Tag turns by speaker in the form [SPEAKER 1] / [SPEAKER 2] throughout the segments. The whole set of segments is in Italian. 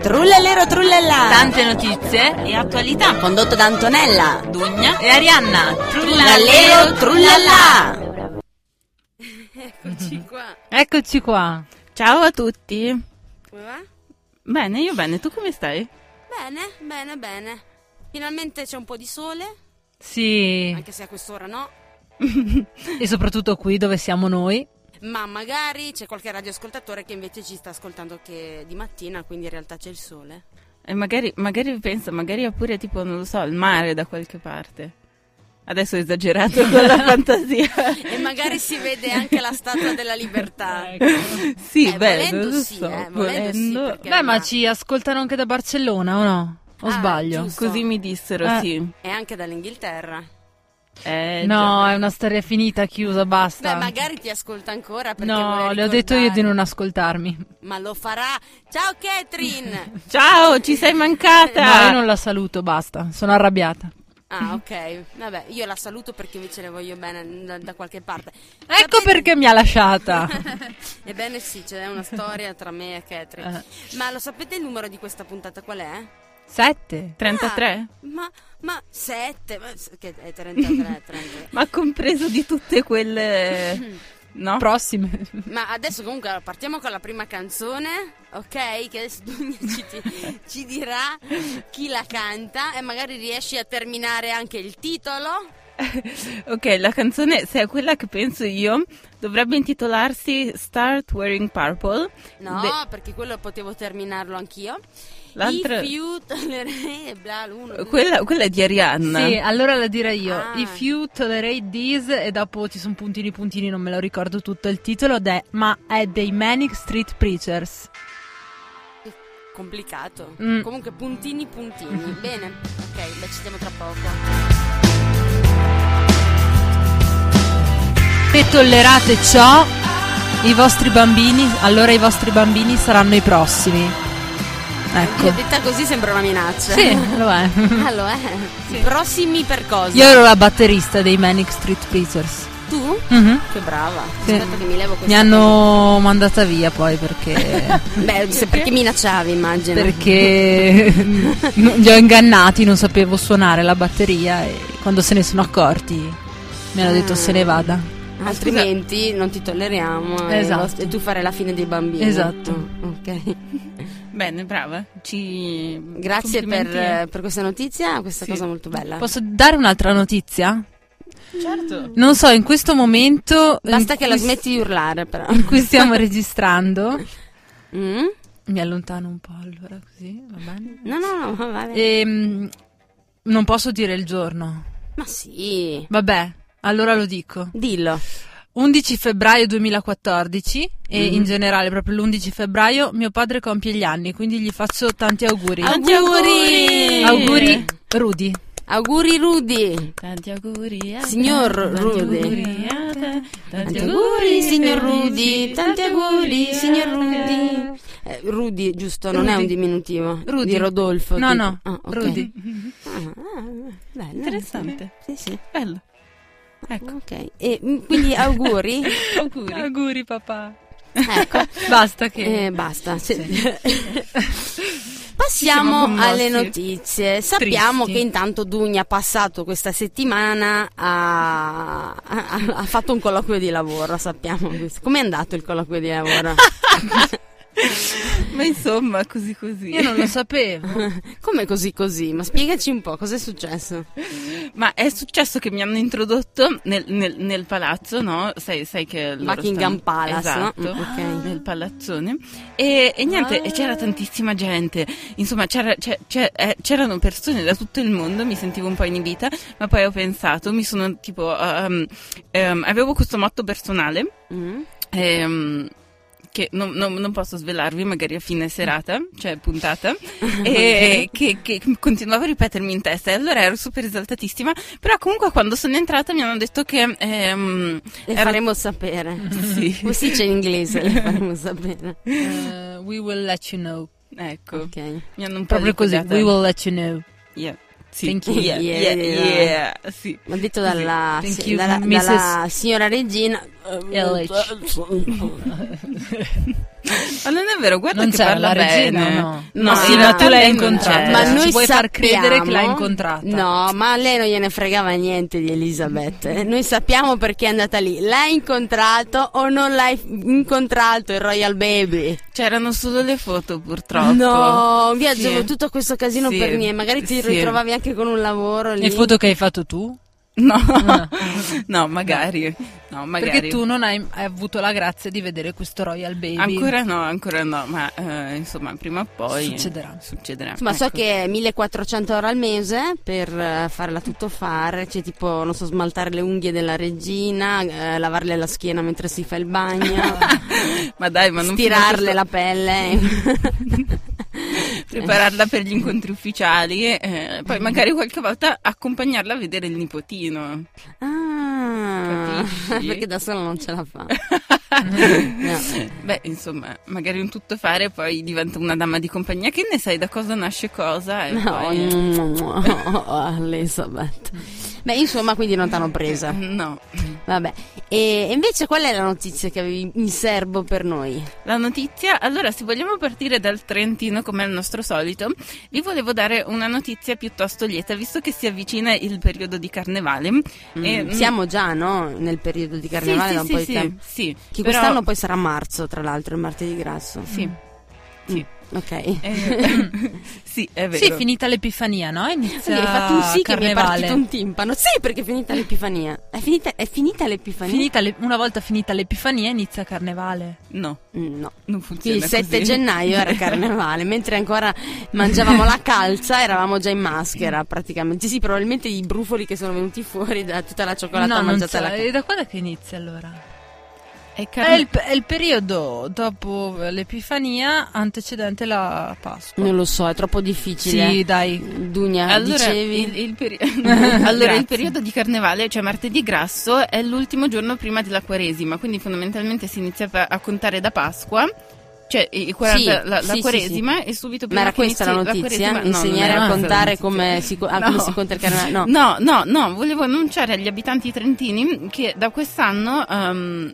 [SPEAKER 1] Trullellero trullella.
[SPEAKER 2] Tante notizie e attualità.
[SPEAKER 1] Condotto da Antonella.
[SPEAKER 2] Dugna e Arianna.
[SPEAKER 1] Trullallero trullella.
[SPEAKER 3] Eccoci qua.
[SPEAKER 4] Eccoci qua.
[SPEAKER 5] Ciao a tutti.
[SPEAKER 3] Come va?
[SPEAKER 5] Bene, io bene, tu come stai?
[SPEAKER 3] Bene, bene, bene. Finalmente c'è un po' di sole,
[SPEAKER 4] Sì,
[SPEAKER 3] anche se a quest'ora no.
[SPEAKER 4] e soprattutto qui dove siamo noi.
[SPEAKER 3] Ma magari c'è qualche radioascoltatore che invece ci sta ascoltando che di mattina, quindi in realtà c'è il sole.
[SPEAKER 5] E magari, magari penso, magari è pure tipo, non lo so, il mare da qualche parte. Adesso ho esagerato con la fantasia.
[SPEAKER 3] E magari si vede anche la statua della libertà.
[SPEAKER 4] Ecco.
[SPEAKER 5] Sì,
[SPEAKER 3] Eh,
[SPEAKER 5] beh,
[SPEAKER 3] volendo
[SPEAKER 5] non lo
[SPEAKER 3] sì,
[SPEAKER 5] so,
[SPEAKER 3] eh, volendo sì,
[SPEAKER 5] volendo-
[SPEAKER 3] perché-
[SPEAKER 4] Beh, ma
[SPEAKER 3] no.
[SPEAKER 4] ci ascoltano anche da Barcellona, o no? O
[SPEAKER 3] Ah,
[SPEAKER 4] sbaglio?
[SPEAKER 3] giusto.
[SPEAKER 5] Così mi dissero,
[SPEAKER 4] Eh.
[SPEAKER 5] sì.
[SPEAKER 3] E anche dall'Inghilterra.
[SPEAKER 5] Eh,
[SPEAKER 4] No, è una storia finita, chiusa, basta.
[SPEAKER 3] Beh, magari ti ascolta ancora perché
[SPEAKER 4] no,
[SPEAKER 3] vuole
[SPEAKER 4] le ho detto io di
[SPEAKER 3] ricordare.
[SPEAKER 4] non ascoltarmi.
[SPEAKER 3] Ma lo farà. Ciao Catherine!
[SPEAKER 5] già. Ciao, ci sei
[SPEAKER 3] Eh,
[SPEAKER 5] mancata.
[SPEAKER 4] No, io non la saluto, basta. Sono arrabbiata.
[SPEAKER 3] Ah, ok. Vabbè, io la saluto perché invece le voglio bene da, da qualche parte.
[SPEAKER 4] Ecco
[SPEAKER 3] Sapete-
[SPEAKER 4] perché mi ha lasciata.
[SPEAKER 3] Ebbene sì, c'è una storia tra me e Catherine.
[SPEAKER 4] Eh,
[SPEAKER 3] Ma lo sapete il numero di questa puntata qual è?
[SPEAKER 4] Sette.
[SPEAKER 5] 33?
[SPEAKER 3] Ah, ma, ma 7, che è 33, 33.
[SPEAKER 5] Ma compreso di tutte quelle... No?
[SPEAKER 4] Prossime.
[SPEAKER 3] Ma adesso comunque partiamo con la prima canzone, ok? Che adesso Dugna ci, ti- ci dirà chi la canta e magari riesci a terminare anche il titolo.
[SPEAKER 5] ok, la canzone, se è quella che penso io, dovrebbe intitolarsi Start Wearing Purple.
[SPEAKER 3] No,
[SPEAKER 5] De-
[SPEAKER 3] perché quello potevo terminarlo anch'io.
[SPEAKER 5] L'altra-
[SPEAKER 3] If you tolerate- bla, l'uno, l'uno.
[SPEAKER 5] quella, quella è di Arianna.
[SPEAKER 4] Sì, allora la direi io.
[SPEAKER 3] Ah.
[SPEAKER 4] If you tolerate this, e dopo ci sono puntini puntini, non me lo ricordo tutto il titolo, de- ma è dei Manic Street Preachers.
[SPEAKER 3] Complicato.
[SPEAKER 4] Mm.
[SPEAKER 3] Comunque puntini puntini. Bene. Ok, beh, ci vediamo tra poco.
[SPEAKER 4] Se tollerate ciò, i vostri bambini, allora i vostri bambini saranno i prossimi. Ecco.
[SPEAKER 3] Detta così sembra una minaccia.
[SPEAKER 4] Sì, lo è.
[SPEAKER 3] Allora, eh, prossimi per cosa?
[SPEAKER 4] Io ero la batterista dei Manic Street Preachers.
[SPEAKER 3] Tu?
[SPEAKER 4] Mhm.
[SPEAKER 3] Che brava.
[SPEAKER 4] Sì.
[SPEAKER 3] Aspetta che mi levo questa.
[SPEAKER 4] Mi hanno mandata via poi perché...
[SPEAKER 3] Beh, se- perché minacciavi, immagino.
[SPEAKER 4] perché n- li ho ingannati, non sapevo suonare la batteria e quando se ne sono accorti mi hanno detto
[SPEAKER 3] Ah.
[SPEAKER 4] se ne vada.
[SPEAKER 3] Altrimenti non ti tolleriamo. e
[SPEAKER 4] Esatto.
[SPEAKER 3] lo- E, tu fare la fine dei bambini.
[SPEAKER 4] Esatto.
[SPEAKER 3] Mm, Ok.
[SPEAKER 5] Bene, brava. Ci...
[SPEAKER 3] Grazie per,
[SPEAKER 5] complimenti, eh.
[SPEAKER 3] eh, per questa notizia, questa
[SPEAKER 5] Sì.
[SPEAKER 3] cosa molto bella.
[SPEAKER 4] Posso dare un'altra notizia?
[SPEAKER 5] Certo.
[SPEAKER 4] Non so, in questo momento... in
[SPEAKER 3] Basta che la
[SPEAKER 4] cui-
[SPEAKER 3] smetti di urlare, però.
[SPEAKER 4] In cui stiamo registrando.
[SPEAKER 3] Mm?
[SPEAKER 4] Mi allontano un po' allora così, va bene?
[SPEAKER 3] No, no, no, va bene.
[SPEAKER 4] Ehm, non posso dire il giorno.
[SPEAKER 3] Ma sì,
[SPEAKER 4] Vabbè, allora lo dico.
[SPEAKER 3] dillo.
[SPEAKER 4] 11 febbraio 2014 e in generale proprio l'11 febbraio mio padre compie gli anni, quindi gli faccio tanti auguri.
[SPEAKER 3] Tanti auguri!
[SPEAKER 4] Auguri Rudy.
[SPEAKER 3] Auguri Rudy.
[SPEAKER 5] Tanti auguri. a
[SPEAKER 3] Signor
[SPEAKER 5] te, tanti
[SPEAKER 3] Rudy.
[SPEAKER 5] auguri a te,
[SPEAKER 3] Tanti auguri, signor
[SPEAKER 5] felici
[SPEAKER 3] Rudy. Tanti auguri,
[SPEAKER 5] a
[SPEAKER 3] signor
[SPEAKER 5] te.
[SPEAKER 3] Rudy. Eh, Rudy, giusto, non è un
[SPEAKER 4] Rudy.
[SPEAKER 3] diminutivo.
[SPEAKER 4] Rudy.
[SPEAKER 3] Di Rodolfo.
[SPEAKER 4] No,
[SPEAKER 3] tipo.
[SPEAKER 4] no,
[SPEAKER 3] Ah, ok.
[SPEAKER 4] Rudy.
[SPEAKER 3] Ah, ah, bello.
[SPEAKER 5] Interessante.
[SPEAKER 3] Sì, sì.
[SPEAKER 5] Bello. Ecco.
[SPEAKER 3] Ok. E mm, quindi auguri.
[SPEAKER 5] auguri.
[SPEAKER 4] Auguri papà.
[SPEAKER 3] ecco.
[SPEAKER 4] Basta che...
[SPEAKER 3] Eh, basta. Se-
[SPEAKER 5] Ci siamo
[SPEAKER 3] Passiamo
[SPEAKER 5] commossi.
[SPEAKER 3] alle notizie. Sappiamo
[SPEAKER 4] Tristi.
[SPEAKER 3] che intanto Dugna ha passato questa settimana a... ha- ha fatto un colloquio di lavoro, sappiamo questo. Com'è andato il colloquio di lavoro?
[SPEAKER 5] Ma insomma, così così.
[SPEAKER 4] Io non lo sapevo.
[SPEAKER 3] Come così così? Ma spiegaci un po', cos'è successo?
[SPEAKER 5] Ma è successo che mi hanno introdotto nel, nel- nel palazzo, no? Sai, sai che... loro stanno-
[SPEAKER 3] Buckingham Palace, no?
[SPEAKER 5] Esatto,
[SPEAKER 3] Mm, ok. Ah.
[SPEAKER 5] nel palazzone. E, e niente, e c'era tantissima gente. Insomma, c'era- c'è- c'è- eh, c'erano persone da tutto il mondo, mi sentivo un po' inibita, ma poi ho pensato, mi sono tipo... ehm, ehm, avevo questo motto personale
[SPEAKER 3] Mm?
[SPEAKER 5] ehm, che non, non- non posso svelarvi magari a fine serata, cioè puntata, e che, che continuavo a ripetermi in testa e allora ero super esaltatissima, però comunque quando sono entrata mi hanno detto che... ehm,
[SPEAKER 3] Le
[SPEAKER 5] ero-
[SPEAKER 3] faremo sapere.
[SPEAKER 5] Sì,
[SPEAKER 3] Come si dice in inglese? Le faremo sapere.
[SPEAKER 4] Eh, we will let you know.
[SPEAKER 5] ecco,
[SPEAKER 3] Ok.
[SPEAKER 5] mi hanno un po'
[SPEAKER 4] Proprio così.
[SPEAKER 5] liquidata.
[SPEAKER 4] We will let you know.
[SPEAKER 5] Yeah. Sì.
[SPEAKER 4] Thank you.
[SPEAKER 5] Yeah,
[SPEAKER 3] Yeah,
[SPEAKER 5] yeah,
[SPEAKER 3] yeah.
[SPEAKER 5] yeah, sì.
[SPEAKER 3] Ma detto dalla,
[SPEAKER 4] Thank
[SPEAKER 3] sì,
[SPEAKER 4] you,
[SPEAKER 3] dalla- dalla
[SPEAKER 4] Mrs.
[SPEAKER 3] signora Regina
[SPEAKER 4] LH.
[SPEAKER 5] Ma non è vero, guarda
[SPEAKER 4] Non
[SPEAKER 5] che
[SPEAKER 4] c'era
[SPEAKER 5] parla
[SPEAKER 4] la regina,
[SPEAKER 5] bene.
[SPEAKER 4] no.
[SPEAKER 5] No,
[SPEAKER 3] Ma
[SPEAKER 5] in
[SPEAKER 3] no,
[SPEAKER 5] realtà
[SPEAKER 3] tu
[SPEAKER 4] l'hai
[SPEAKER 5] lei non
[SPEAKER 4] incontrata.
[SPEAKER 5] c'era.
[SPEAKER 4] Ma
[SPEAKER 5] Ci
[SPEAKER 4] noi
[SPEAKER 5] vuoi-
[SPEAKER 4] vuoi far credere che l'ha incontrata.
[SPEAKER 3] No, ma a lei non gliene fregava niente di Elisabeth. Eh, Noi sappiamo perché è andata lì. L'hai incontrato o non l'hai incontrato il Royal Baby?
[SPEAKER 5] C'erano solo le foto, purtroppo.
[SPEAKER 3] No, un viaggio
[SPEAKER 5] Sì.
[SPEAKER 3] tutto questo casino
[SPEAKER 5] Sì.
[SPEAKER 3] per niente. Magari ti
[SPEAKER 5] Sì.
[SPEAKER 3] ritrovavi anche con un lavoro lì.
[SPEAKER 4] Le foto che hai fatto tu?
[SPEAKER 5] No,
[SPEAKER 4] Ah.
[SPEAKER 5] no, magari. No, magari.
[SPEAKER 4] Perché tu non hai, hai avuto la grazia di vedere questo Royal Baby.
[SPEAKER 5] Ancora no, ancora no, ma eh, insomma, prima o poi
[SPEAKER 4] Succederà.
[SPEAKER 5] Succederà.
[SPEAKER 3] Insomma, so
[SPEAKER 5] ecco.
[SPEAKER 3] che 1400 euro al mese per eh, farla tutto fare, cioè tipo, non so, smaltare le unghie della regina, eh, lavarle la schiena mentre si fa il bagno,
[SPEAKER 5] ma dai, ma non
[SPEAKER 3] stirarle
[SPEAKER 5] fino
[SPEAKER 3] la
[SPEAKER 5] a
[SPEAKER 3] pelle.
[SPEAKER 5] questo- prepararla per gli incontri ufficiali, eh,
[SPEAKER 3] Mm-hmm.
[SPEAKER 5] poi magari qualche volta accompagnarla a vedere il nipotino.
[SPEAKER 3] ah,
[SPEAKER 5] Capisci? Eh,
[SPEAKER 3] perché Mm-hmm. da sola non ce la fa.
[SPEAKER 5] Beh, insomma, magari un tuttofare poi diventa una dama di compagnia. Che ne sai da cosa nasce cosa? E
[SPEAKER 3] No, mm,
[SPEAKER 5] poi- eh.
[SPEAKER 3] oh, Elizabeth. Beh, insomma, quindi non t'hanno presa.
[SPEAKER 5] No.
[SPEAKER 3] Vabbè. E invece qual è la notizia che avevi in serbo per noi?
[SPEAKER 5] La notizia, allora se vogliamo partire dal Trentino come al nostro solito, vi volevo dare una notizia piuttosto lieta, visto che si avvicina il periodo di carnevale.
[SPEAKER 3] Mm, Siamo già, no? Nel periodo di carnevale
[SPEAKER 5] sì,
[SPEAKER 3] da un
[SPEAKER 5] sì,
[SPEAKER 3] po'
[SPEAKER 5] sì,
[SPEAKER 3] di
[SPEAKER 5] sì,
[SPEAKER 3] tempo.
[SPEAKER 5] sì,
[SPEAKER 3] Che
[SPEAKER 5] però-
[SPEAKER 3] quest'anno poi sarà marzo, tra l'altro, il martedì grasso.
[SPEAKER 5] Sì, sì.
[SPEAKER 3] Ok.
[SPEAKER 5] Eh, sì, è vero.
[SPEAKER 4] Sì, è finita l'Epifania, no?
[SPEAKER 3] Sì,
[SPEAKER 4] Inizia
[SPEAKER 3] hai fatto un sì che mi è
[SPEAKER 4] Carnevale.
[SPEAKER 3] partito un timpano. Sì, perché è finita l'epifania. È finita, è finita l'epifania?
[SPEAKER 4] Finita le- una volta finita l'Epifania inizia Carnevale.
[SPEAKER 5] No,
[SPEAKER 3] Mm, No.
[SPEAKER 5] non funziona
[SPEAKER 3] Quindi il 7
[SPEAKER 5] così.
[SPEAKER 3] gennaio era carnevale, mentre ancora mangiavamo la calza eravamo già in maschera praticamente. Sì, probabilmente i brufoli che sono venuti fuori da tutta la cioccolata
[SPEAKER 4] no, non
[SPEAKER 3] mangiata
[SPEAKER 4] so.
[SPEAKER 3] alla
[SPEAKER 5] eh,
[SPEAKER 3] calza.
[SPEAKER 4] E da quando è che inizia allora?
[SPEAKER 5] È
[SPEAKER 4] È il,
[SPEAKER 5] carne-
[SPEAKER 4] è il periodo dopo l'Epifania antecedente la Pasqua.
[SPEAKER 3] Non lo so, eh. è troppo difficile.
[SPEAKER 4] Sì, dai.
[SPEAKER 3] Dugna,
[SPEAKER 5] Allora,
[SPEAKER 3] dicevi?
[SPEAKER 5] il, il peri- allora,
[SPEAKER 4] Grazie.
[SPEAKER 5] il periodo di carnevale, cioè martedì grasso, è l'ultimo giorno prima della quaresima, quindi fondamentalmente si inizia a a contare da Pasqua, cioè i- i 40
[SPEAKER 3] Sì,
[SPEAKER 5] la, la
[SPEAKER 3] sì, sì,
[SPEAKER 5] quaresima e subito
[SPEAKER 3] Ma
[SPEAKER 5] prima
[SPEAKER 3] era
[SPEAKER 5] che
[SPEAKER 3] questa la
[SPEAKER 5] inizi
[SPEAKER 3] notizia?
[SPEAKER 5] quaresima- no, non
[SPEAKER 3] Insegnare
[SPEAKER 5] era
[SPEAKER 4] Ah.
[SPEAKER 5] questa
[SPEAKER 3] a
[SPEAKER 5] la
[SPEAKER 3] contare
[SPEAKER 5] notizia.
[SPEAKER 3] come si, co- ah, come
[SPEAKER 5] No.
[SPEAKER 3] si conta il carnevale? No.
[SPEAKER 5] No, no, no, volevo annunciare agli abitanti trentini che da quest'anno, ehm,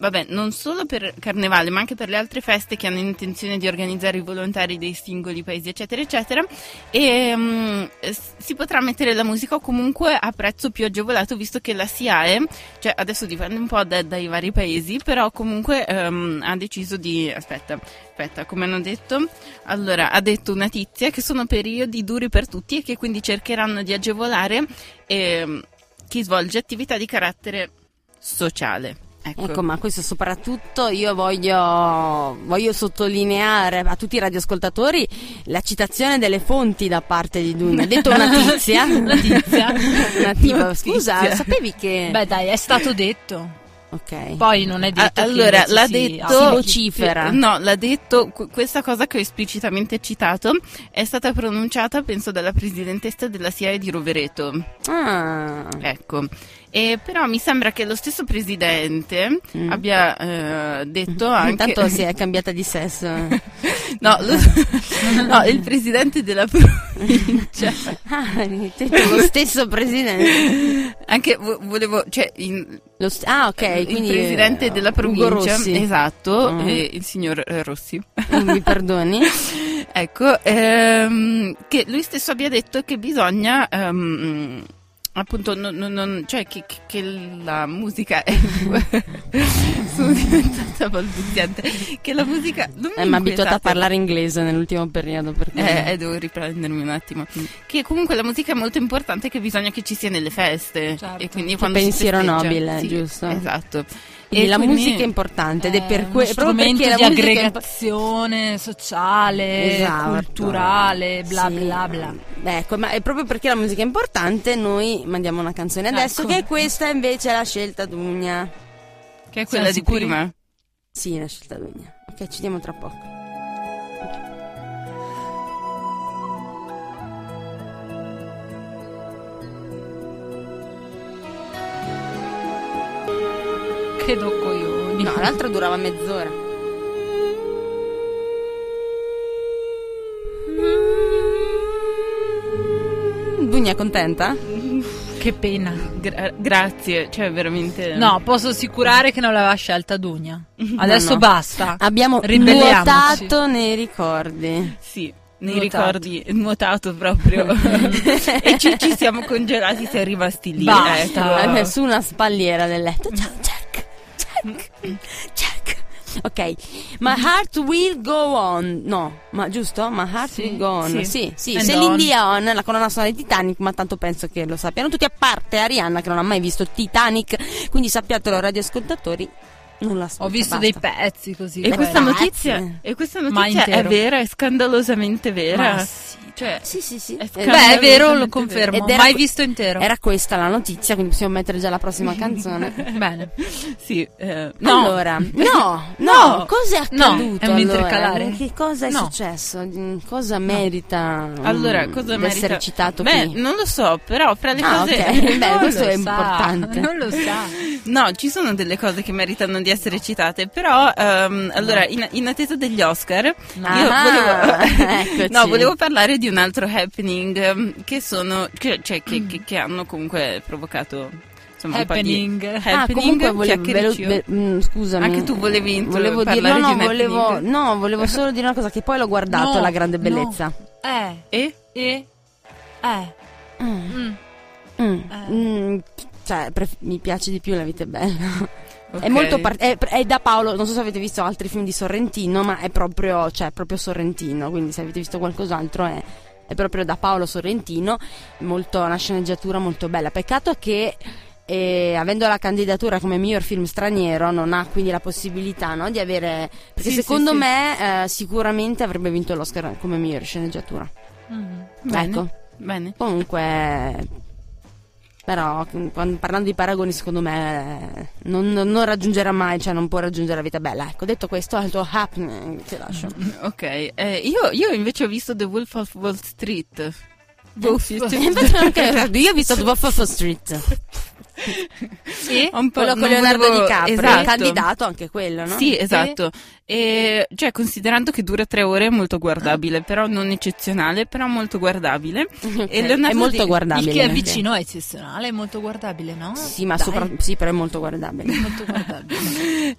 [SPEAKER 5] vabbè, non solo per Carnevale, ma anche per le altre feste che hanno intenzione di organizzare i volontari dei singoli paesi, eccetera, eccetera, ehm, s- si potrà mettere la musica o comunque a prezzo più agevolato, visto che la SIAE, cioè adesso dipende un po' da- dai vari paesi, però comunque ehm, ha deciso di... aspetta, aspetta, come hanno detto... Allora, ha detto una tizia che sono periodi duri per tutti e che quindi cercheranno di agevolare ehm, chi svolge attività di carattere sociale. Ecco.
[SPEAKER 3] Ecco, ma questo soprattutto io voglio, voglio sottolineare a tutti i radioascoltatori la citazione delle fonti da parte di Dugna. Ha detto una tizia.
[SPEAKER 4] Una tizia.
[SPEAKER 3] Una tipa. Scusa,
[SPEAKER 5] Tizia.
[SPEAKER 3] sapevi che.
[SPEAKER 4] Beh, dai, è stato detto.
[SPEAKER 3] ok.
[SPEAKER 4] Poi non è
[SPEAKER 5] A-
[SPEAKER 4] detto. che
[SPEAKER 5] allora,
[SPEAKER 4] invece
[SPEAKER 5] l'ha
[SPEAKER 4] si
[SPEAKER 5] detto,
[SPEAKER 4] applichi.
[SPEAKER 3] vocifera.
[SPEAKER 5] No, l'ha detto, qu- questa cosa che ho esplicitamente citato è stata pronunciata, penso, dalla presidentessa della SIAE di Rovereto.
[SPEAKER 3] Ah.
[SPEAKER 5] Ecco. E però mi sembra che lo stesso presidente
[SPEAKER 3] Mm.
[SPEAKER 5] abbia eh, detto anche.
[SPEAKER 3] Intanto si è cambiata di sesso.
[SPEAKER 5] No, lo- no, il presidente della provincia.
[SPEAKER 3] Ah, lo stesso presidente.
[SPEAKER 5] Anche vo- volevo, cioè, in-
[SPEAKER 3] Lo st- ah, ok.
[SPEAKER 5] il
[SPEAKER 3] Quindi,
[SPEAKER 5] presidente
[SPEAKER 3] eh,
[SPEAKER 5] della
[SPEAKER 3] Ugo
[SPEAKER 5] provincia,
[SPEAKER 3] Rossi.
[SPEAKER 5] esatto,
[SPEAKER 3] Mm.
[SPEAKER 5] eh, il signor eh, Rossi.
[SPEAKER 3] Mi perdoni? Eh,
[SPEAKER 5] Ecco, ehm, che lui stesso abbia detto che bisogna, ehm, appunto, non- non- non- cioè che, che- che la musica è... Sono diventata balbuziante. Che la musica... Non mi
[SPEAKER 3] Eh, mi ha abituata a
[SPEAKER 5] inquietate.
[SPEAKER 3] parlare inglese nell'ultimo periodo. Per cui-
[SPEAKER 5] esatto. Eh, Mm. eh, devo riprendermi un attimo. Che comunque la musica è molto importante, che bisogna che ci sia nelle feste.
[SPEAKER 4] Certo.
[SPEAKER 5] E quindi
[SPEAKER 3] Che
[SPEAKER 5] quando si
[SPEAKER 3] pensiero
[SPEAKER 5] festeggia-
[SPEAKER 3] nobile,
[SPEAKER 5] sì,
[SPEAKER 3] giusto?
[SPEAKER 5] Esatto.
[SPEAKER 3] Quindi Eh, la
[SPEAKER 5] quindi-
[SPEAKER 3] musica è importante ed è per
[SPEAKER 4] eh, uno
[SPEAKER 3] que- proprio
[SPEAKER 4] strumento
[SPEAKER 3] perché la
[SPEAKER 4] di
[SPEAKER 3] musica è impo-
[SPEAKER 4] aggregazione sociale,
[SPEAKER 3] Esatto.
[SPEAKER 4] culturale, bla
[SPEAKER 3] Sì.
[SPEAKER 4] bla bla.
[SPEAKER 3] Ecco, ma è proprio perché la musica è importante, noi mandiamo una canzone adesso,
[SPEAKER 4] Ecco.
[SPEAKER 3] che è questa invece è la scelta d'ugna.
[SPEAKER 5] Che è
[SPEAKER 3] Cioè,
[SPEAKER 5] quella di
[SPEAKER 4] sicuri?
[SPEAKER 5] prima.
[SPEAKER 3] Sì, la scelta d'ugna. Ok, ci diamo tra poco.
[SPEAKER 4] Credo coglioni.
[SPEAKER 3] No, l'altra durava mezz'ora. Dugna è contenta?
[SPEAKER 4] Che pena.
[SPEAKER 5] Gra- grazie, cioè veramente...
[SPEAKER 4] No, posso assicurare che non l'aveva scelta Dugna. Adesso
[SPEAKER 3] no.
[SPEAKER 4] basta.
[SPEAKER 3] Abbiamo
[SPEAKER 4] Ribelliamoci.
[SPEAKER 3] nuotato nei ricordi.
[SPEAKER 5] Sì, nei
[SPEAKER 4] Nuotato.
[SPEAKER 5] ricordi, nuotato proprio. e ci, ci siamo congelati, siamo rimasti lì.
[SPEAKER 4] Basta.
[SPEAKER 5] ecco.
[SPEAKER 3] Eh, Su una spalliera del letto. Ciao, Jack. Jack. Jack. Ok, ma heart will go on. No, ma giusto? Ma heart
[SPEAKER 4] Sì,
[SPEAKER 3] will go on.
[SPEAKER 4] sì.
[SPEAKER 3] Sì, sì.
[SPEAKER 4] And
[SPEAKER 3] Se
[SPEAKER 4] on.
[SPEAKER 3] l'Indian, la colonna sonora di Titanic, ma tanto penso che lo sappiano tutti, a parte Arianna che non ha mai visto Titanic. Quindi sappiatelo, radioascoltatori. Non la so.
[SPEAKER 4] Ho visto dei pezzi così.
[SPEAKER 5] E
[SPEAKER 4] però.
[SPEAKER 5] questa,
[SPEAKER 3] Grazie.
[SPEAKER 5] notizia, e questa
[SPEAKER 4] Ma
[SPEAKER 5] notizia è
[SPEAKER 4] intero.
[SPEAKER 5] vera, è scandalosamente vera.
[SPEAKER 4] Ma sì.
[SPEAKER 5] Cioè,
[SPEAKER 3] Sì, sì, sì.
[SPEAKER 5] È
[SPEAKER 3] Eh,
[SPEAKER 5] scandalo.
[SPEAKER 4] Beh, è vero, lo
[SPEAKER 5] Ed
[SPEAKER 4] confermo.
[SPEAKER 3] era-
[SPEAKER 4] Mai visto intero.
[SPEAKER 3] Era questa la notizia, quindi possiamo mettere già la prossima canzone.
[SPEAKER 4] Bene.
[SPEAKER 5] sì, eh, no,
[SPEAKER 3] No. Allora, no, no,
[SPEAKER 5] No.
[SPEAKER 3] cosa è
[SPEAKER 4] No,
[SPEAKER 3] accaduto?
[SPEAKER 4] è un
[SPEAKER 3] allora?
[SPEAKER 4] intercalare.
[SPEAKER 3] Che cosa è
[SPEAKER 4] No.
[SPEAKER 3] successo? Mm, Cosa merita mm,
[SPEAKER 5] Allora, cosa
[SPEAKER 3] di
[SPEAKER 5] merita?
[SPEAKER 3] essere citato
[SPEAKER 5] Beh,
[SPEAKER 3] qui?
[SPEAKER 5] non lo so, però fra le
[SPEAKER 3] Ah,
[SPEAKER 5] cose...
[SPEAKER 3] ok. Beh,
[SPEAKER 4] Non
[SPEAKER 3] questo
[SPEAKER 4] lo
[SPEAKER 3] è
[SPEAKER 4] sa,
[SPEAKER 3] importante.
[SPEAKER 4] Non lo sa.
[SPEAKER 5] No, ci sono delle cose che meritano di essere citate, però ehm, allora in, in attesa degli Oscar io
[SPEAKER 3] Ah,
[SPEAKER 5] volevo,
[SPEAKER 3] eccoci. Ah,
[SPEAKER 5] no, volevo parlare di un altro happening ehm, che sono che, cioè, che,
[SPEAKER 3] Mm.
[SPEAKER 5] che- che hanno comunque provocato insomma un
[SPEAKER 4] Happening.
[SPEAKER 5] po' di
[SPEAKER 3] Ah,
[SPEAKER 5] happening
[SPEAKER 3] comunque volevo,
[SPEAKER 5] chiacchiericcio.
[SPEAKER 3] velo- ve- mm, scusami.
[SPEAKER 5] Anche tu volevi intro-
[SPEAKER 3] volevo dirlo,
[SPEAKER 5] parlare di
[SPEAKER 3] no,
[SPEAKER 5] un
[SPEAKER 3] volevo,
[SPEAKER 5] happening.
[SPEAKER 3] no, volevo solo dire una cosa che poi l'ho guardato,
[SPEAKER 4] No,
[SPEAKER 3] la grande
[SPEAKER 4] no.
[SPEAKER 3] bellezza.
[SPEAKER 4] Eh,
[SPEAKER 5] E?
[SPEAKER 4] eh, eh.
[SPEAKER 3] Mm,
[SPEAKER 4] mm.
[SPEAKER 3] mm,
[SPEAKER 4] Eh.
[SPEAKER 3] mm, cioè, pref- mi piace di più La vita è bella.
[SPEAKER 5] Ok.
[SPEAKER 3] È molto par- è, è da Paolo, non so se avete visto altri film di Sorrentino, ma è proprio, cioè, è proprio Sorrentino, quindi se avete visto qualcos'altro è, è proprio da Paolo Sorrentino, molto, una sceneggiatura molto bella. Peccato che eh, avendo la candidatura come miglior film straniero non ha quindi la possibilità no, di avere... Perché
[SPEAKER 5] Sì,
[SPEAKER 3] secondo
[SPEAKER 5] sì, sì.
[SPEAKER 3] me eh, sicuramente avrebbe vinto l'Oscar come miglior sceneggiatura.
[SPEAKER 4] Mm.
[SPEAKER 5] Bene.
[SPEAKER 3] Ecco,
[SPEAKER 5] Bene.
[SPEAKER 3] comunque... Però mh, quando- parlando di paragoni, secondo me eh, non, non- non raggiungerà mai, cioè non può raggiungere la vita bella. Ecco, detto questo, al tuo happening ti lascio.
[SPEAKER 5] Ok, eh, io, io invece ho visto The Wolf of Wall Street. Wolf of
[SPEAKER 3] E infatti non credo, io ho visto The Wolf of Street,
[SPEAKER 4] E?
[SPEAKER 5] Un po'
[SPEAKER 3] quello con
[SPEAKER 5] non
[SPEAKER 3] Leonardo
[SPEAKER 5] volevo-
[SPEAKER 3] DiCaprio,
[SPEAKER 5] esatto.
[SPEAKER 3] candidato anche quello, no?
[SPEAKER 5] Sì, esatto. E, cioè, considerando che dura tre ore è molto guardabile, però non eccezionale, però molto guardabile.
[SPEAKER 3] Ok,
[SPEAKER 5] E Leonardo
[SPEAKER 3] è molto
[SPEAKER 5] Di-
[SPEAKER 3] guardabile.
[SPEAKER 4] Il che è
[SPEAKER 3] anche.
[SPEAKER 4] vicino è eccezionale, è molto guardabile, no?
[SPEAKER 3] Sì, ma
[SPEAKER 4] Dai,
[SPEAKER 3] sopra- sì, però è molto guardabile.
[SPEAKER 4] Molto guardabile.